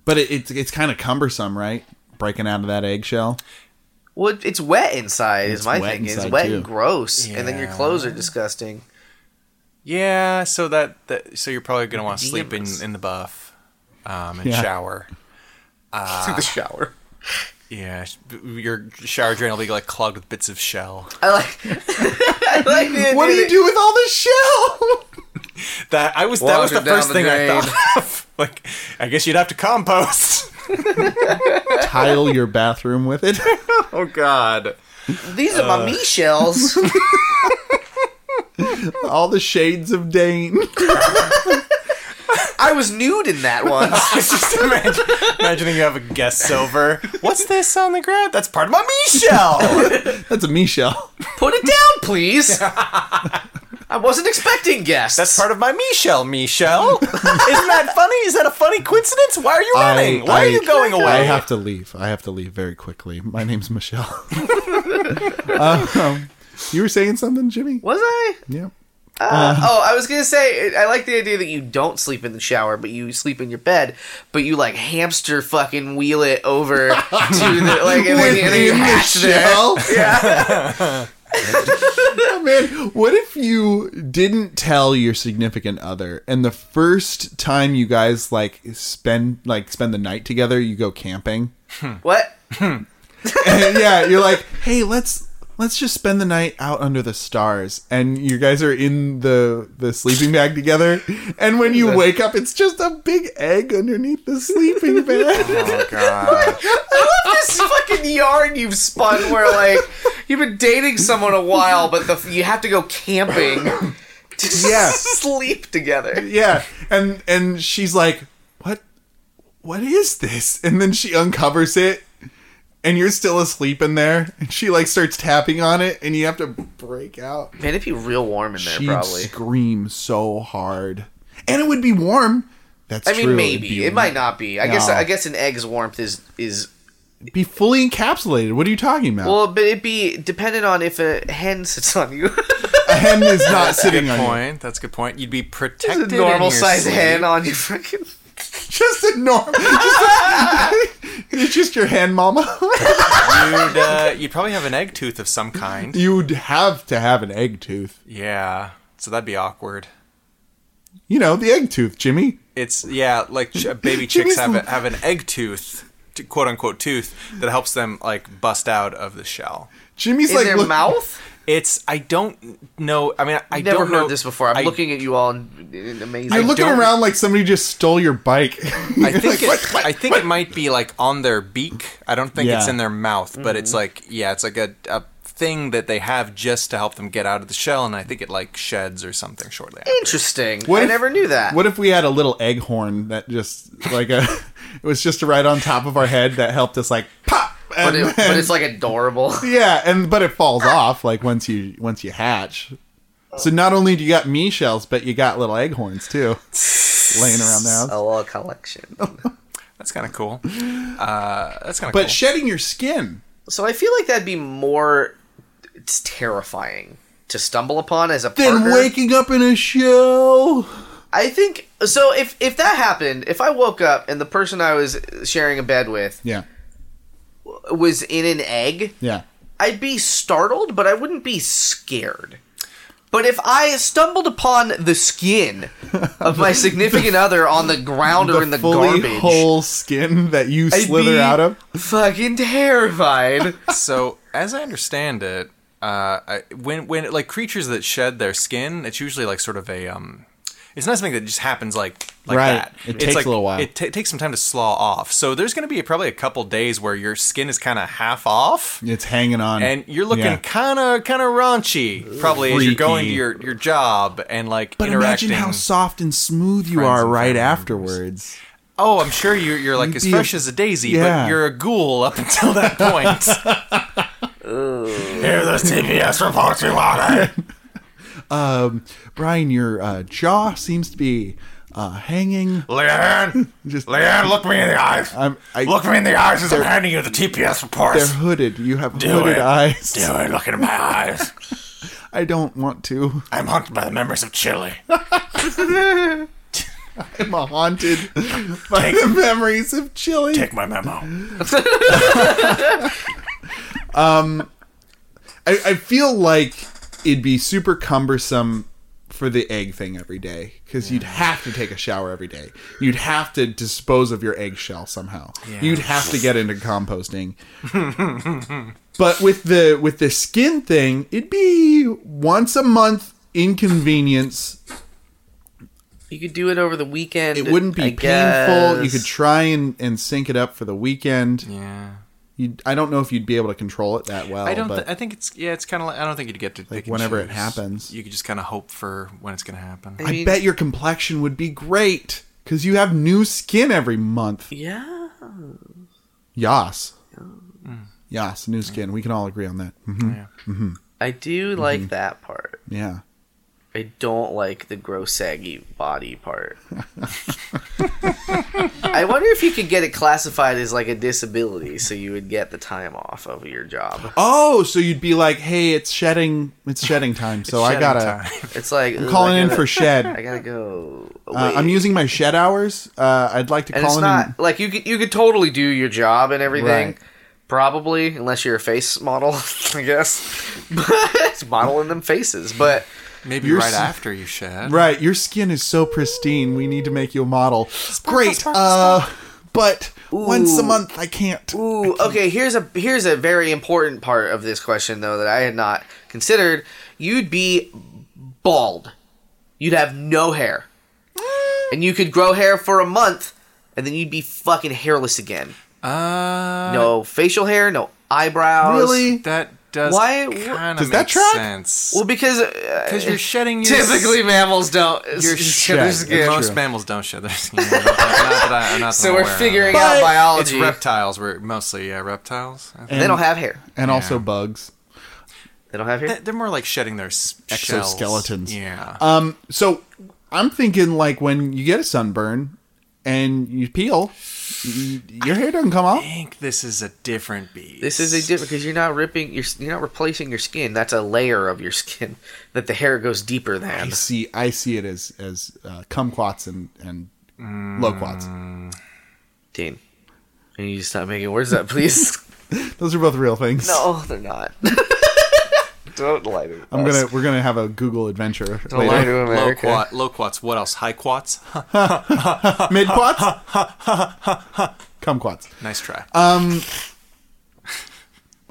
[SPEAKER 3] But it, it's it's kind of cumbersome, right? Breaking out of that eggshell.
[SPEAKER 2] Well, it- it's wet inside. is my
[SPEAKER 3] wet
[SPEAKER 2] thing. It's
[SPEAKER 3] inside,
[SPEAKER 2] wet
[SPEAKER 3] too.
[SPEAKER 2] and gross, and then your
[SPEAKER 1] Yeah.
[SPEAKER 2] clothes are disgusting.
[SPEAKER 1] Yeah, so that, that so you're probably gonna want to sleep in,
[SPEAKER 2] Pajamas.
[SPEAKER 1] in the buff, um, and
[SPEAKER 3] Yeah.
[SPEAKER 1] shower.
[SPEAKER 2] to the shower.
[SPEAKER 1] Yeah, sh- your shower drain will be like clogged with bits of
[SPEAKER 2] (laughs)
[SPEAKER 1] shell.
[SPEAKER 2] I like. I like the
[SPEAKER 3] What do
[SPEAKER 2] idea
[SPEAKER 3] you do with all the shell?
[SPEAKER 1] That I was that was the
[SPEAKER 2] Walked it down
[SPEAKER 1] first
[SPEAKER 2] the
[SPEAKER 1] thing I
[SPEAKER 2] drain.
[SPEAKER 1] thought of. (laughs) Like, I guess you'd have to compost.
[SPEAKER 3] (laughs)
[SPEAKER 1] (laughs)
[SPEAKER 3] Tile your bathroom with it. (laughs)
[SPEAKER 1] oh God.
[SPEAKER 2] These are my me shells.
[SPEAKER 3] All the shades of Dane.
[SPEAKER 2] I was nude in that one.
[SPEAKER 1] It's just imagine, imagining you have a guest over. What's this on the ground? That's part of my me
[SPEAKER 2] (laughs)
[SPEAKER 1] shell.
[SPEAKER 3] That's a Michelle.
[SPEAKER 2] Put it down, please. I wasn't expecting guests.
[SPEAKER 1] That's part of my me shell. Me shell. Isn't that funny? Is that a funny coincidence? Why are you running? Why
[SPEAKER 3] I-
[SPEAKER 1] are you going away?
[SPEAKER 3] I have to leave. I have to leave very quickly. My name's Michelle. um, you were saying something, Jimmy?
[SPEAKER 2] was I?
[SPEAKER 3] Yeah.
[SPEAKER 2] Uh, oh, I was gonna say I like the idea that you don't sleep in the shower, but you sleep in your bed, but you like hamster fucking wheel it over to the like
[SPEAKER 3] (laughs)
[SPEAKER 2] and then, and then you hatch there.
[SPEAKER 3] Yeah. Oh, (laughs) Man, what if you didn't tell your significant other and the first time you guys like spend like spend the night together, you go camping? (laughs)
[SPEAKER 2] What?
[SPEAKER 3] And, yeah, you're like, "Hey, let's let's just spend the night out under the stars." And you guys are in the the sleeping bag together, and when you wake up, it's just a big egg underneath the sleeping bag.
[SPEAKER 1] Oh God.
[SPEAKER 2] I love this fucking yarn you've spun where like you've been dating someone a while, but the you have to go camping to
[SPEAKER 3] Yeah.
[SPEAKER 2] sleep together.
[SPEAKER 3] yeah and and she's like what what is this and then she uncovers it and you're still asleep in there and she like starts tapping on it and you have to break out
[SPEAKER 2] Man, it'd be real warm in there
[SPEAKER 3] she'd
[SPEAKER 2] probably.
[SPEAKER 3] scream so hard and it would be warm that's
[SPEAKER 2] I mean,
[SPEAKER 3] true. It'd
[SPEAKER 2] maybe
[SPEAKER 3] be-
[SPEAKER 2] it might not be. I guess
[SPEAKER 3] No.
[SPEAKER 2] I guess an egg's warmth is is
[SPEAKER 3] be fully encapsulated what are you talking about
[SPEAKER 2] well, but it'd be dependent on if a hen sits on you. (laughs)
[SPEAKER 3] a hen is not
[SPEAKER 1] That's a
[SPEAKER 3] sitting
[SPEAKER 1] good
[SPEAKER 3] on you
[SPEAKER 1] point. That's a good point. You'd be
[SPEAKER 2] a
[SPEAKER 1] protected.
[SPEAKER 2] normal
[SPEAKER 1] in your
[SPEAKER 2] size
[SPEAKER 1] sleep.
[SPEAKER 2] hen on you, freaking.
[SPEAKER 3] just a norm just a- (laughs) it's just your hen mama (laughs)
[SPEAKER 1] You'd
[SPEAKER 2] (laughs)
[SPEAKER 1] uh, you'd probably have an egg tooth of some kind.
[SPEAKER 3] you'd have to have an egg tooth
[SPEAKER 1] Yeah. So that'd be awkward.
[SPEAKER 3] you know the egg tooth jimmy
[SPEAKER 1] It's yeah, like
[SPEAKER 2] (laughs)
[SPEAKER 1] ch- baby
[SPEAKER 3] Jimmy's-
[SPEAKER 1] chicks have a, have an egg tooth, t- quote unquote tooth that helps them like bust out of the shell.
[SPEAKER 3] Jimmy's
[SPEAKER 2] In
[SPEAKER 3] like
[SPEAKER 2] their
[SPEAKER 3] look-
[SPEAKER 2] mouth?
[SPEAKER 1] It's I don't know. I mean, I
[SPEAKER 2] I've never
[SPEAKER 1] don't
[SPEAKER 2] heard
[SPEAKER 1] know
[SPEAKER 2] this before. I'm
[SPEAKER 1] I-
[SPEAKER 2] looking at you all in, in amazing.
[SPEAKER 3] You're looking
[SPEAKER 1] don't-
[SPEAKER 3] around like somebody just stole your bike. (laughs)
[SPEAKER 1] I think it, I think it might be like on their beak. I don't think it's
[SPEAKER 3] Yeah.
[SPEAKER 1] in their mouth, but it's like yeah, it's like a, a thing that they have just to help them get out of the shell, and I think it like sheds or something shortly. After.
[SPEAKER 2] Interesting.
[SPEAKER 3] What
[SPEAKER 2] I
[SPEAKER 3] if-
[SPEAKER 2] never knew that.
[SPEAKER 3] What if we had a little egg horn that just like a, (laughs) it was just right on top of our head that helped us like pop.
[SPEAKER 2] but,
[SPEAKER 3] And,
[SPEAKER 2] it, but it's like adorable.
[SPEAKER 3] (laughs)
[SPEAKER 2] (laughs)
[SPEAKER 3] yeah, and but it falls off like once you once you hatch. So not only do you got me shells, but you got little egg horns too, laying around the house.
[SPEAKER 2] A little
[SPEAKER 3] (laughs)
[SPEAKER 2] collection.
[SPEAKER 1] That's kind of cool. Uh, that's kind of
[SPEAKER 3] But
[SPEAKER 1] cool.
[SPEAKER 3] shedding your skin.
[SPEAKER 2] So I feel like that'd be more. It's terrifying to stumble upon as a
[SPEAKER 3] Then
[SPEAKER 2] partner.
[SPEAKER 3] waking up in a shell.
[SPEAKER 2] I think so. If if that happened, if I woke up and the person I was sharing a bed with
[SPEAKER 3] Yeah,
[SPEAKER 2] was in an egg,
[SPEAKER 3] yeah.
[SPEAKER 2] I'd be startled, but I wouldn't be scared. But if I stumbled upon the
[SPEAKER 3] (laughs)
[SPEAKER 2] skin of my significant other on the ground or in the
[SPEAKER 3] fully
[SPEAKER 2] garbage,
[SPEAKER 3] whole skin that you
[SPEAKER 2] I'd
[SPEAKER 3] slither
[SPEAKER 2] be
[SPEAKER 3] out of.
[SPEAKER 2] fucking terrified.
[SPEAKER 1] so as I understand it, uh, I, when when like creatures that shed their skin, it's usually like sort of a um, it's not something that just happens like like
[SPEAKER 3] Right.
[SPEAKER 1] that.
[SPEAKER 3] It
[SPEAKER 1] It's
[SPEAKER 3] takes
[SPEAKER 1] like-
[SPEAKER 3] a little while.
[SPEAKER 1] It ta takes some time to slaw off. So there's going to be probably a couple days where your skin is kind of half off.
[SPEAKER 3] It's hanging on,
[SPEAKER 1] And you're looking
[SPEAKER 3] Yeah.
[SPEAKER 1] kind of kind of raunchy, probably as you're
[SPEAKER 3] Freaky.
[SPEAKER 1] going to your, your job and like
[SPEAKER 3] But
[SPEAKER 1] interacting.
[SPEAKER 3] imagine how soft and smooth you
[SPEAKER 1] friends
[SPEAKER 3] are
[SPEAKER 1] and
[SPEAKER 3] right
[SPEAKER 1] family members.
[SPEAKER 3] afterwards.
[SPEAKER 1] oh, I'm sure you're you're like
[SPEAKER 3] You'd
[SPEAKER 1] as
[SPEAKER 3] be a-
[SPEAKER 1] fresh as a daisy,
[SPEAKER 3] Yeah.
[SPEAKER 1] but you're a ghoul up until that point.
[SPEAKER 3] (laughs)
[SPEAKER 1] Hear those TPS reports you wanted.
[SPEAKER 3] Brian, your uh, jaw seems to be uh, hanging.
[SPEAKER 1] Leanne,
[SPEAKER 3] Just
[SPEAKER 1] Leanne, look me in the eyes.
[SPEAKER 3] I'm, I,
[SPEAKER 1] look me in the eyes as I'm handing you the TPS (laughs)
[SPEAKER 3] they're
[SPEAKER 1] reports.
[SPEAKER 3] hooded. You have
[SPEAKER 1] Do
[SPEAKER 3] hooded
[SPEAKER 1] it.
[SPEAKER 3] eyes.
[SPEAKER 1] Do it. Look into my eyes.
[SPEAKER 3] I don't want to.
[SPEAKER 1] I'm haunted by the memories of Chile.
[SPEAKER 3] I'm haunted by the (laughs) memories of Chile.
[SPEAKER 1] Take my memo.
[SPEAKER 3] I, I feel like it'd be super cumbersome for the egg thing every day because you'd have to take a shower every day. You'd have to dispose of your eggshell somehow. You'd have to get into composting. (laughs) but with the with the skin thing, it'd be once a month inconvenience
[SPEAKER 2] You could do it over the weekend.
[SPEAKER 3] It wouldn't be
[SPEAKER 2] I
[SPEAKER 3] painful. You
[SPEAKER 2] guess.
[SPEAKER 3] could try and, and sync it up for the weekend.
[SPEAKER 1] Yeah.
[SPEAKER 3] You, I don't know if you'd be able to control it that well.
[SPEAKER 2] Oh,
[SPEAKER 1] I don't.
[SPEAKER 3] but
[SPEAKER 1] Th- I think it's yeah. It's kind of. like I don't think you'd get to pick and
[SPEAKER 3] whenever it
[SPEAKER 1] choose.
[SPEAKER 3] happens.
[SPEAKER 1] You could just kind of hope for when it's going to happen.
[SPEAKER 3] I,
[SPEAKER 2] mean-
[SPEAKER 3] bet your complexion would be great because you have new skin every month.
[SPEAKER 2] Yeah.
[SPEAKER 3] Yas.
[SPEAKER 2] Mm.
[SPEAKER 3] Yas, new skin. We can all agree on that. hmm
[SPEAKER 1] Yeah.
[SPEAKER 2] I do
[SPEAKER 3] Mm-hmm.
[SPEAKER 2] like that part.
[SPEAKER 3] Yeah.
[SPEAKER 2] I don't like the gross saggy body
[SPEAKER 3] (laughs)
[SPEAKER 2] part. I wonder if you could get it classified as like a disability so you would get the time off of your job.
[SPEAKER 3] Oh, so you'd be like, "Hey, it's shedding.
[SPEAKER 2] (laughs)
[SPEAKER 3] It's shedding time. So I
[SPEAKER 1] Shedding
[SPEAKER 3] gotta. (laughs)
[SPEAKER 1] time.
[SPEAKER 2] It's like
[SPEAKER 3] I'm calling in
[SPEAKER 2] (laughs)
[SPEAKER 3] for
[SPEAKER 2] I
[SPEAKER 3] shed.
[SPEAKER 2] gotta go.
[SPEAKER 3] Uh, I'm
[SPEAKER 2] away.
[SPEAKER 3] using my shed hours. Uh, I'd like to
[SPEAKER 2] and
[SPEAKER 3] call
[SPEAKER 2] it's
[SPEAKER 3] in.
[SPEAKER 2] not like you could you could totally do your job and everything.
[SPEAKER 3] Right.
[SPEAKER 2] Probably, unless you're a face model, (laughs) I guess. (laughs) But modeling them faces. But
[SPEAKER 1] Maybe
[SPEAKER 3] You're
[SPEAKER 1] right
[SPEAKER 3] s-
[SPEAKER 1] after you shed.
[SPEAKER 3] Right, your skin is so pristine. We need to make you a model. Great. Uh, but once a
[SPEAKER 2] Ooh.
[SPEAKER 3] month, I can't.
[SPEAKER 2] Ooh, okay. Here's a here's a very important part of this question though that I had not considered. You'd be bald. You'd have no hair, and you could grow hair for a month, and then you'd be fucking hairless again.
[SPEAKER 1] Uh,
[SPEAKER 2] No facial hair, no eyebrows.
[SPEAKER 3] Really?
[SPEAKER 1] That does.
[SPEAKER 2] Why-
[SPEAKER 1] Why? Kind
[SPEAKER 3] Does
[SPEAKER 1] of
[SPEAKER 3] that
[SPEAKER 1] make
[SPEAKER 3] track?
[SPEAKER 1] sense.
[SPEAKER 2] Well, because uh,
[SPEAKER 1] Because you're shedding your
[SPEAKER 2] typically mammals don't.
[SPEAKER 1] Your
[SPEAKER 2] shed
[SPEAKER 1] shed.
[SPEAKER 2] their
[SPEAKER 3] That's
[SPEAKER 2] skin.
[SPEAKER 1] Most
[SPEAKER 3] true.
[SPEAKER 1] mammals don't shed their skin. (laughs) Not that I- not that
[SPEAKER 2] So
[SPEAKER 1] I'm
[SPEAKER 2] we're
[SPEAKER 1] aware of.
[SPEAKER 2] figuring
[SPEAKER 3] But-
[SPEAKER 2] out
[SPEAKER 3] It's
[SPEAKER 1] Oh, It's
[SPEAKER 2] biology.
[SPEAKER 1] reptiles. We're mostly yeah reptiles. I think.
[SPEAKER 2] they don't have hair.
[SPEAKER 3] And also
[SPEAKER 1] Yeah.
[SPEAKER 3] bugs.
[SPEAKER 2] They don't have hair.
[SPEAKER 1] They- They're more like shedding their s- shells.
[SPEAKER 3] Exoskeletons.
[SPEAKER 1] Yeah.
[SPEAKER 3] Um, so I'm thinking like when you get a sunburn and you peel, y- your hair doesn't come
[SPEAKER 1] I
[SPEAKER 3] off.
[SPEAKER 1] think this is a different beast.
[SPEAKER 2] This is a different because you're not ripping. You're, you're not replacing your skin. That's a layer of your skin (laughs) that the hair goes deeper
[SPEAKER 3] I
[SPEAKER 2] than.
[SPEAKER 3] see. I see it as as uh, kumquats and and loquats.
[SPEAKER 2] Dean, can you stop making words up, please?
[SPEAKER 3] Those are both real things.
[SPEAKER 2] (laughs) no, they're not. (laughs) Don't lie to
[SPEAKER 3] I'm
[SPEAKER 2] us.
[SPEAKER 3] gonna we're gonna have a Google adventure
[SPEAKER 2] Don't lie
[SPEAKER 3] later.
[SPEAKER 2] to America.
[SPEAKER 1] Loquat, loquats. What else? High quats. Huh,
[SPEAKER 3] (laughs) Midquats, kumquats.
[SPEAKER 1] nice try.
[SPEAKER 3] Uh,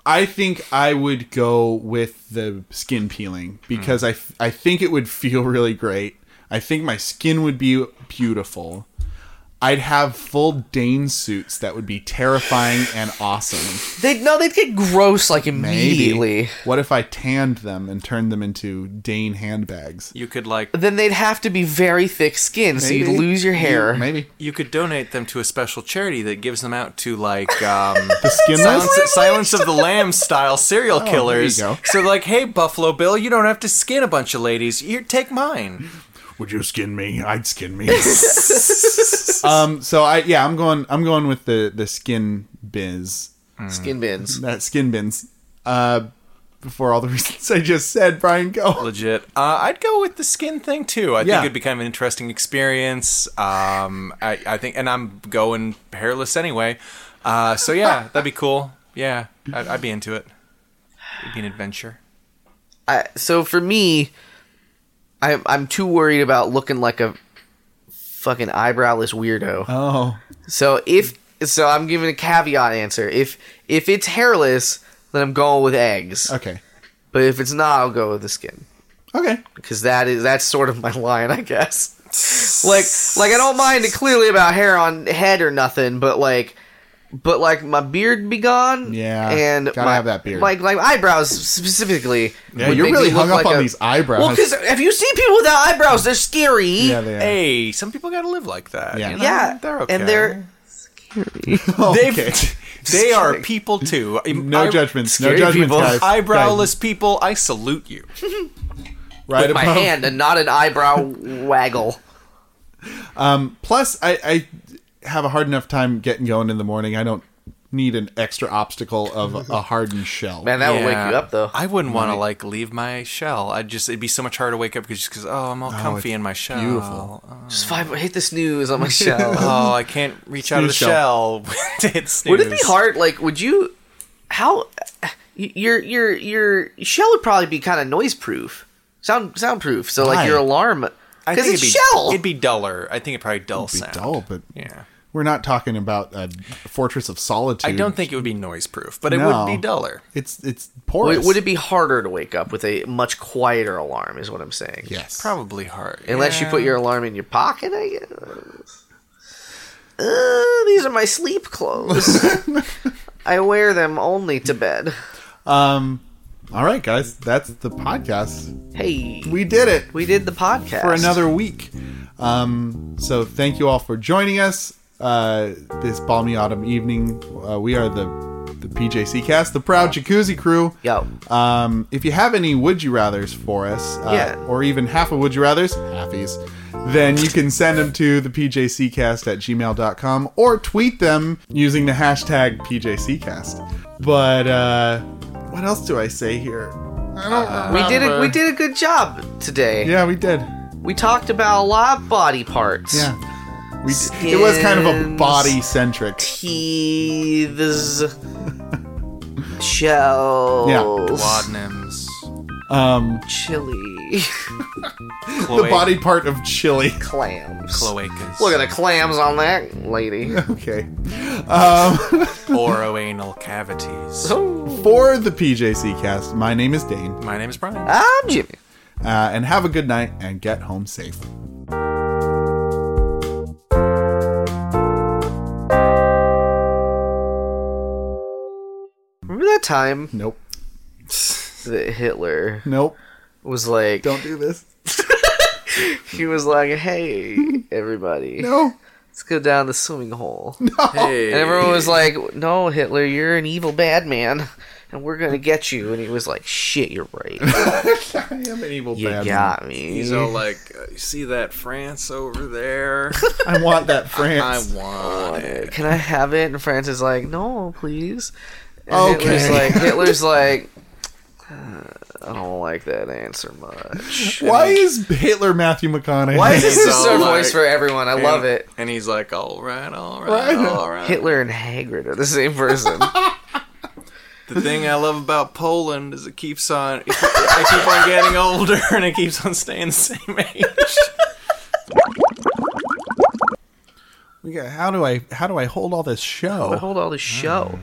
[SPEAKER 3] I think I would go with the skin peeling because I f I I, think it would (laughs) feel really great. I think my skin would be beautiful. I'd have full Dane suits that would be terrifying and awesome.
[SPEAKER 2] They no, they'd get gross like
[SPEAKER 3] Maybe.
[SPEAKER 2] immediately.
[SPEAKER 3] What if I tanned them and turned them into Dane handbags?
[SPEAKER 1] you could like
[SPEAKER 2] Then they'd have to be very thick skin, so you'd
[SPEAKER 3] Maybe.
[SPEAKER 2] lose your hair.
[SPEAKER 3] Maybe.
[SPEAKER 1] you could donate them to a special charity that gives them out to like
[SPEAKER 3] (laughs)
[SPEAKER 1] um,
[SPEAKER 3] The skinless?
[SPEAKER 1] Silence, Silence of the Lamb style serial
[SPEAKER 3] Oh, you
[SPEAKER 1] killers.
[SPEAKER 3] go.
[SPEAKER 1] So like, hey Buffalo Bill, you don't have to skin a bunch of ladies. You take mine.
[SPEAKER 3] Would you skin me? I'd skin me. um so I yeah, I'm going I'm going with the the skin biz.
[SPEAKER 2] Skin bins.
[SPEAKER 3] that skin bins. Uh, for all the (laughs) reasons I just said, Brian, go.
[SPEAKER 1] Legit. Uh, I'd go with the skin thing too. I
[SPEAKER 3] Yeah.
[SPEAKER 1] think it'd be kind of an interesting experience. Um, I, I think, and I'm going hairless anyway. Uh, so
[SPEAKER 3] (laughs)
[SPEAKER 1] yeah, that'd be cool. Yeah, I'd, I'd be into it. It'd be an adventure.
[SPEAKER 2] I, so for me, I'm I'm too worried about looking like a fucking eyebrowless weirdo.
[SPEAKER 3] Oh,
[SPEAKER 2] So if so, I'm giving a caveat answer. If if it's hairless, then I'm going with eggs.
[SPEAKER 3] okay,
[SPEAKER 2] But if it's not, I'll go with the skin
[SPEAKER 3] okay.
[SPEAKER 2] because that is that's sort of my (laughs) line, I guess. Like like I don't mind it clearly about hair on head or nothing, but like. But like my beard be gone,
[SPEAKER 3] Yeah,
[SPEAKER 2] and
[SPEAKER 3] gotta
[SPEAKER 2] my,
[SPEAKER 3] have that beard.
[SPEAKER 2] Like like eyebrows specifically.
[SPEAKER 3] Yeah,
[SPEAKER 2] would
[SPEAKER 3] you're
[SPEAKER 2] make me
[SPEAKER 3] really
[SPEAKER 2] look
[SPEAKER 3] hung
[SPEAKER 2] like
[SPEAKER 3] up on
[SPEAKER 2] a-
[SPEAKER 3] these eyebrows.
[SPEAKER 2] Well, because have you seen people without eyebrows? They're scary.
[SPEAKER 3] yeah, they are.
[SPEAKER 1] Hey, some people gotta live like that.
[SPEAKER 3] Yeah.
[SPEAKER 1] you know?
[SPEAKER 2] yeah,
[SPEAKER 1] they're okay.
[SPEAKER 2] and they're
[SPEAKER 3] (laughs)
[SPEAKER 1] (laughs)
[SPEAKER 3] Oh,
[SPEAKER 1] They've-
[SPEAKER 3] okay.
[SPEAKER 1] they are people too.
[SPEAKER 3] (laughs) No
[SPEAKER 1] I-
[SPEAKER 3] judgments. No
[SPEAKER 2] scary
[SPEAKER 3] judgments,
[SPEAKER 2] people.
[SPEAKER 3] guys.
[SPEAKER 1] Eyebrowless people, I salute you.
[SPEAKER 3] Guys, right (laughs)
[SPEAKER 2] with my
[SPEAKER 3] above.
[SPEAKER 2] hand and not an eyebrow waggle.
[SPEAKER 3] Plus, I, I have a hard enough time getting going in the morning. I don't need an extra obstacle of a hardened shell.
[SPEAKER 2] Man, that would wake
[SPEAKER 1] Yeah.
[SPEAKER 2] you up though.
[SPEAKER 1] I wouldn't want to like leave my shell. I'd just it'd be so much harder to wake up because just because oh I'm all comfy
[SPEAKER 3] it's
[SPEAKER 1] in my shell.
[SPEAKER 3] beautiful.
[SPEAKER 1] Oh,
[SPEAKER 2] Just five hit the
[SPEAKER 1] (laughs)
[SPEAKER 2] snooze on my shell.
[SPEAKER 1] Oh, I can't reach out of the
[SPEAKER 3] Snooze
[SPEAKER 1] shell. (laughs) to hit snooze.
[SPEAKER 2] would it be hard? Like, would you? How? Your your your shell would probably be kind of noise proof, sound soundproof. So
[SPEAKER 3] Why?
[SPEAKER 2] like your alarm,
[SPEAKER 1] I
[SPEAKER 2] because
[SPEAKER 1] think
[SPEAKER 2] it's
[SPEAKER 1] it'd be,
[SPEAKER 2] shell.
[SPEAKER 1] It'd be duller. I think it probably dull
[SPEAKER 3] It'd be
[SPEAKER 1] sound.
[SPEAKER 3] dull, but
[SPEAKER 1] Yeah.
[SPEAKER 3] We're not talking about a fortress of solitude.
[SPEAKER 1] I don't think it would be noise proof, but
[SPEAKER 3] No.
[SPEAKER 1] it would be duller.
[SPEAKER 3] It's it's
[SPEAKER 2] Would,
[SPEAKER 3] porous.
[SPEAKER 2] would it be harder to wake up with a much quieter alarm? Is what I'm saying.
[SPEAKER 3] Yes.
[SPEAKER 1] Probably hard.
[SPEAKER 2] Unless you put your alarm in your pocket, I guess. Uh, these are my
[SPEAKER 1] (laughs)
[SPEAKER 2] sleep clothes. I wear them only to bed.
[SPEAKER 3] Um. All right, guys. That's the podcast.
[SPEAKER 2] Hey, we,
[SPEAKER 3] We did it
[SPEAKER 2] did the podcast
[SPEAKER 3] for another week. Um. So thank you all for joining us. Uh, this balmy autumn evening, uh, we are the the PJC cast, the proud jacuzzi crew.
[SPEAKER 2] Yo,
[SPEAKER 3] Um, if you have any would you rather's for us, uh,
[SPEAKER 2] Yeah.
[SPEAKER 3] or even half a would you rather's, halfies, then you can send them to the PJCcast at gmail.com or tweet them using the hashtag PJCcast. But uh, what else do I say here? I don't
[SPEAKER 2] Uh, we did it.
[SPEAKER 3] remember.
[SPEAKER 2] We did a good job today.
[SPEAKER 3] Um, Yeah, we did.
[SPEAKER 2] We talked about a lot of body parts.
[SPEAKER 3] Yeah. We did. It was kind of a
[SPEAKER 2] Skins.
[SPEAKER 3] body centric. (laughs)
[SPEAKER 2] Teeths. shells.
[SPEAKER 1] (laughs) Laudanums,
[SPEAKER 3] Um,
[SPEAKER 2] Chili. (laughs)
[SPEAKER 3] the
[SPEAKER 1] cloac-
[SPEAKER 3] body part of chili. (laughs)
[SPEAKER 2] Clams.
[SPEAKER 1] (laughs) cloacas,
[SPEAKER 2] Look at the clams on that lady.
[SPEAKER 3] Okay. Um,
[SPEAKER 1] oroanal
[SPEAKER 2] (laughs)
[SPEAKER 1] cavities.
[SPEAKER 2] Oh.
[SPEAKER 3] for the PJC cast, my name is Dane.
[SPEAKER 1] My name is Brian.
[SPEAKER 2] (laughs) I'm Jimmy.
[SPEAKER 3] uh, and have a good night and get home safe.
[SPEAKER 2] Remember that time
[SPEAKER 3] Nope.
[SPEAKER 2] that Hitler
[SPEAKER 3] Nope.
[SPEAKER 2] was like,
[SPEAKER 3] Don't do this.
[SPEAKER 2] he was like, hey,
[SPEAKER 3] (laughs)
[SPEAKER 2] everybody,
[SPEAKER 3] No. (laughs)
[SPEAKER 2] let's go down the swimming hole.
[SPEAKER 1] Hey.
[SPEAKER 2] And everyone was like, no, Hitler, you're an evil bad man, and we're going to get you. And he was like, shit, you're
[SPEAKER 3] (laughs)
[SPEAKER 2] right.
[SPEAKER 3] I am an evil
[SPEAKER 2] You
[SPEAKER 3] bad
[SPEAKER 2] got me.
[SPEAKER 1] He's all like, uh, you see that France over
[SPEAKER 2] (laughs)
[SPEAKER 1] there?
[SPEAKER 3] I want that
[SPEAKER 1] I
[SPEAKER 3] France.
[SPEAKER 1] want it.
[SPEAKER 2] Can I have it? And France is like, no, please. And
[SPEAKER 3] Okay.
[SPEAKER 2] Hitler's like, Hitler's like, "Uh, I don't like that answer much.
[SPEAKER 3] Why is Hitler Matthew McConaughey?
[SPEAKER 2] Why is
[SPEAKER 1] (laughs)
[SPEAKER 2] this
[SPEAKER 3] (laughs)
[SPEAKER 1] He's
[SPEAKER 2] just our
[SPEAKER 1] all
[SPEAKER 2] voice
[SPEAKER 1] like-
[SPEAKER 2] for everyone? I love
[SPEAKER 1] And-
[SPEAKER 2] it.
[SPEAKER 1] And he's like, all right, all
[SPEAKER 3] Right.
[SPEAKER 1] right, all right.
[SPEAKER 2] (laughs) Hitler and Hagrid are the same
[SPEAKER 3] (laughs)
[SPEAKER 2] person.
[SPEAKER 1] The thing I love about Poland is it keeps on. I keep on getting older, (laughs) and it keeps on staying the same
[SPEAKER 2] (laughs)
[SPEAKER 1] age.
[SPEAKER 3] We got- how do I how do I hold all this
[SPEAKER 2] I
[SPEAKER 3] show?
[SPEAKER 2] hold all this show.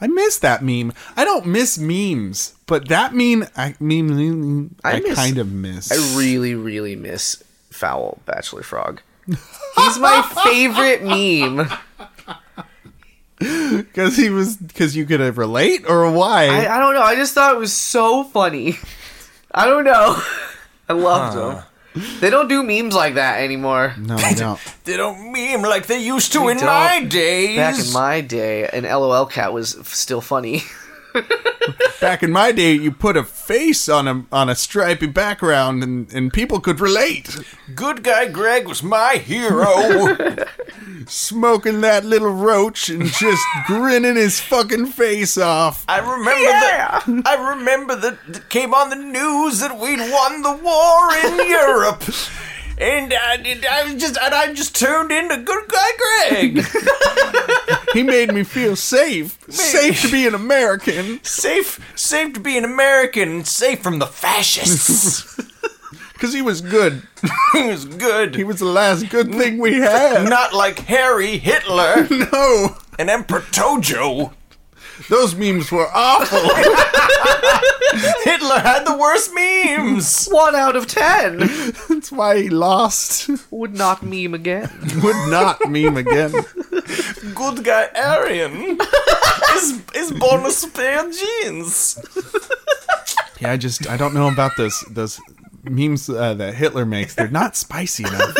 [SPEAKER 3] I miss that meme. I don't miss memes, but that meme I meme, meme, meme,
[SPEAKER 2] I
[SPEAKER 3] I,
[SPEAKER 2] miss-
[SPEAKER 3] kind of miss.
[SPEAKER 2] I really, really miss Foul Bachelor Frog. He's my favorite meme.
[SPEAKER 3] Because he was because you could uh, relate or why?
[SPEAKER 2] I, I don't know. I just thought it was so funny. I don't know. I loved them. They don't do memes like that anymore. (laughs)
[SPEAKER 3] no, I don't.
[SPEAKER 1] They don't meme like they used to in
[SPEAKER 2] don't.
[SPEAKER 1] my days.
[SPEAKER 2] Back in my day, an LOL cat was f- still funny. (laughs)
[SPEAKER 3] Back in my day, you put a face on a on a stripy background, and and people could relate.
[SPEAKER 1] Good guy Greg was my hero.
[SPEAKER 3] smoking that little roach and (laughs) just grinning his fucking face off.
[SPEAKER 1] I remember that. I remember that it came on the news that we'd won the war
[SPEAKER 2] (laughs)
[SPEAKER 1] in Europe. And I, and I was just and I just turned into good guy Greg.
[SPEAKER 3] He made (laughs) me feel safe, safe to be an American.
[SPEAKER 1] safe safe to be an American and safe from the
[SPEAKER 2] (laughs)
[SPEAKER 1] fascists. (laughs)
[SPEAKER 3] 'Cause he was good.
[SPEAKER 1] he was good.
[SPEAKER 3] He was the last good thing we had.
[SPEAKER 1] Not like Harry Hitler
[SPEAKER 3] (laughs) No,
[SPEAKER 1] and Emperor Tojo.
[SPEAKER 3] those memes were awful.
[SPEAKER 1] Hitler had the worst memes.
[SPEAKER 2] One out of ten
[SPEAKER 3] That's why he lost.
[SPEAKER 2] would not meme again.
[SPEAKER 3] Would not meme again.
[SPEAKER 1] Good guy Aryan is is born with spare jeans.
[SPEAKER 3] Yeah, I just I don't know about those those memes uh, that Hitler makes. They're not spicy enough.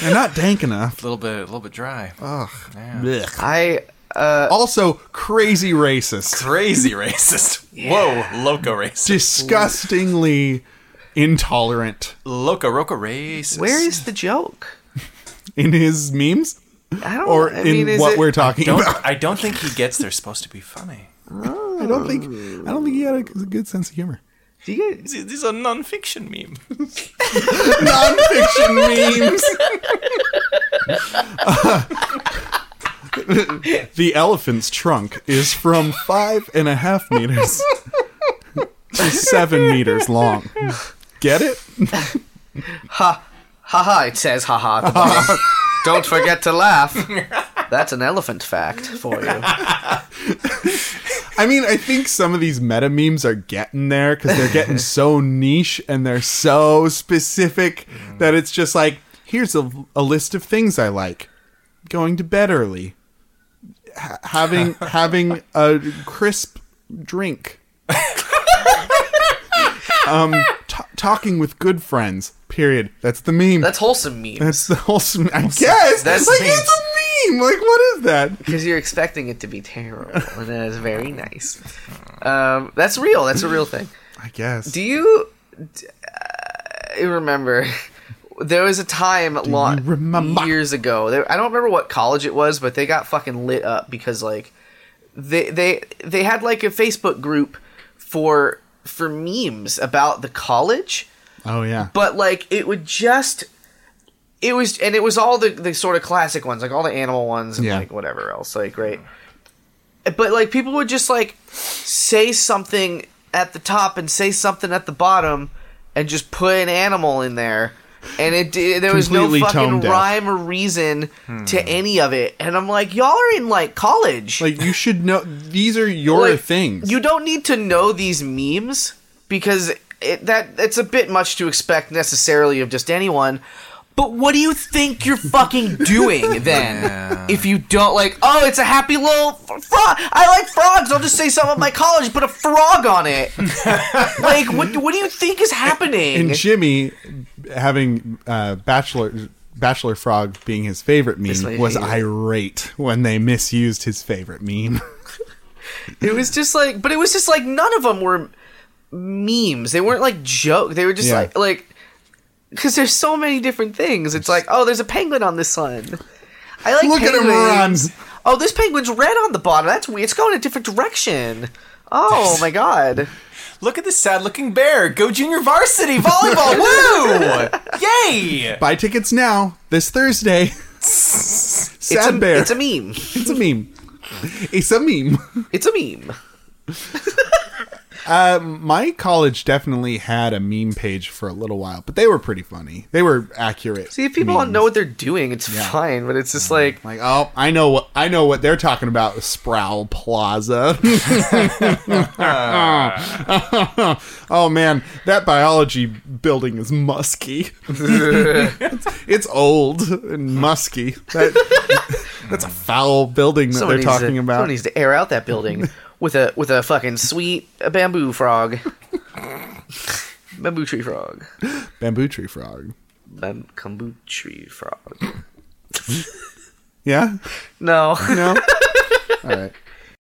[SPEAKER 3] They're not dank enough.
[SPEAKER 1] A little bit, a little bit dry.
[SPEAKER 3] Blech.
[SPEAKER 2] I uh,
[SPEAKER 3] Also, crazy racist.
[SPEAKER 1] Crazy racist. Whoa, loco racist.
[SPEAKER 3] disgustingly intolerant
[SPEAKER 1] Loco roca racist.
[SPEAKER 2] where is the joke?
[SPEAKER 3] in his memes
[SPEAKER 2] I don't.
[SPEAKER 3] or
[SPEAKER 2] I
[SPEAKER 3] in
[SPEAKER 2] mean, is
[SPEAKER 3] what
[SPEAKER 2] it-
[SPEAKER 3] we're talking
[SPEAKER 2] (laughs)
[SPEAKER 3] about.
[SPEAKER 1] I don't think he gets they're supposed to be funny.
[SPEAKER 3] I don't think I don't think he had a good sense of humor.
[SPEAKER 2] Do you guys,
[SPEAKER 1] These these are non-fiction memes.
[SPEAKER 3] Nonfiction memes. (laughs) the elephant's trunk is from five and a half meters to seven meters long. Get it?
[SPEAKER 2] haha! It says haha. At the bottom. (laughs) Don't forget to laugh. That's an elephant fact for you.
[SPEAKER 3] I mean, I think some of these meta memes are getting there because
[SPEAKER 2] (laughs)
[SPEAKER 3] they're getting so niche and they're so specific that it's just like, here's a, a list of things I like: going to bed early, ha-
[SPEAKER 2] (laughs)
[SPEAKER 3] having having a crisp drink, um, t- talking with good friends. Period. That's the meme.
[SPEAKER 2] That's wholesome meme
[SPEAKER 3] That's the whole. Sm- I
[SPEAKER 2] That's
[SPEAKER 3] guess that's like
[SPEAKER 2] memes.
[SPEAKER 3] it's a meme. Like what is that?
[SPEAKER 2] because you're expecting it to be terrible, and that is very nice. Um, that's real. That's a real thing.
[SPEAKER 3] I guess.
[SPEAKER 2] Do you d- uh, remember? (laughs) There was a time long
[SPEAKER 3] you remember?
[SPEAKER 2] years ago. There, I don't remember what college it was, but they got fucking lit up because like they they they had like a Facebook group for for memes about the college,
[SPEAKER 3] oh yeah.
[SPEAKER 2] but like it would just it was and it was all the the sort of classic ones, like all the animal ones and
[SPEAKER 3] Yeah.
[SPEAKER 2] like whatever else, like right. But like people would just like say something at the top and say something at the bottom and just put an animal in there. And it, it there was no
[SPEAKER 3] Completely tone
[SPEAKER 2] fucking
[SPEAKER 3] deaf. Hmm.
[SPEAKER 2] rhyme or reason to any of it. And I'm like, y'all are in like college.
[SPEAKER 3] Like you should know these are your
[SPEAKER 2] Like,
[SPEAKER 3] things.
[SPEAKER 2] You don't need to know these memes because it, that it's a bit much to expect necessarily of just anyone. But what do you think you're fucking doing then? If you don't like, oh, it's a happy little frog. I like frogs. I'll just say something at my college, put a frog on it. like, what? What do you think is happening?
[SPEAKER 3] and Jimmy having uh, bachelor bachelor frog being his favorite
[SPEAKER 2] what I
[SPEAKER 3] meme was
[SPEAKER 2] hated.
[SPEAKER 3] irate when they misused his favorite meme.
[SPEAKER 2] it was just like, but it was just like none of them were memes. They weren't like joke. They were just
[SPEAKER 3] Yeah.
[SPEAKER 2] like like because there's so many different things. It's like oh, there's a penguin on this one. I like
[SPEAKER 3] (laughs) Look at him run.
[SPEAKER 2] penguins. Oh, this penguin's red on the bottom. That's weird. It's going a different direction. Oh my
[SPEAKER 3] (laughs)
[SPEAKER 2] god.
[SPEAKER 1] Look at this sad looking bear. Go junior varsity volleyball. Woo! Yay!
[SPEAKER 3] Buy tickets now this Thursday. (laughs)
[SPEAKER 2] It's
[SPEAKER 3] Sad
[SPEAKER 2] a,
[SPEAKER 3] bear.
[SPEAKER 2] it's a meme.
[SPEAKER 3] It's a meme. It's a meme. (laughs)
[SPEAKER 2] It's a meme.
[SPEAKER 3] My college definitely had a meme page for a little while, but they were pretty funny. They were accurate.
[SPEAKER 2] See, if people don't know what they're doing, it's fine. But it's just like
[SPEAKER 3] Like, oh, I know what I know what they're talking about. Sproul Plaza. (laughs) oh man, that biology building
[SPEAKER 2] (laughs)
[SPEAKER 3] is musky. it's old and musky. That, that's a foul building that
[SPEAKER 2] someone
[SPEAKER 3] they're
[SPEAKER 2] needs to-
[SPEAKER 3] talking
[SPEAKER 2] Someone
[SPEAKER 3] about.
[SPEAKER 2] needs to air out that
[SPEAKER 3] (laughs)
[SPEAKER 2] building with a with a fucking sweet bamboo frog. bamboo tree frog.
[SPEAKER 3] Bamboo tree frog.
[SPEAKER 2] Bam- kombu tree frog.
[SPEAKER 3] Yeah.
[SPEAKER 2] No. (laughs)
[SPEAKER 3] No. All right.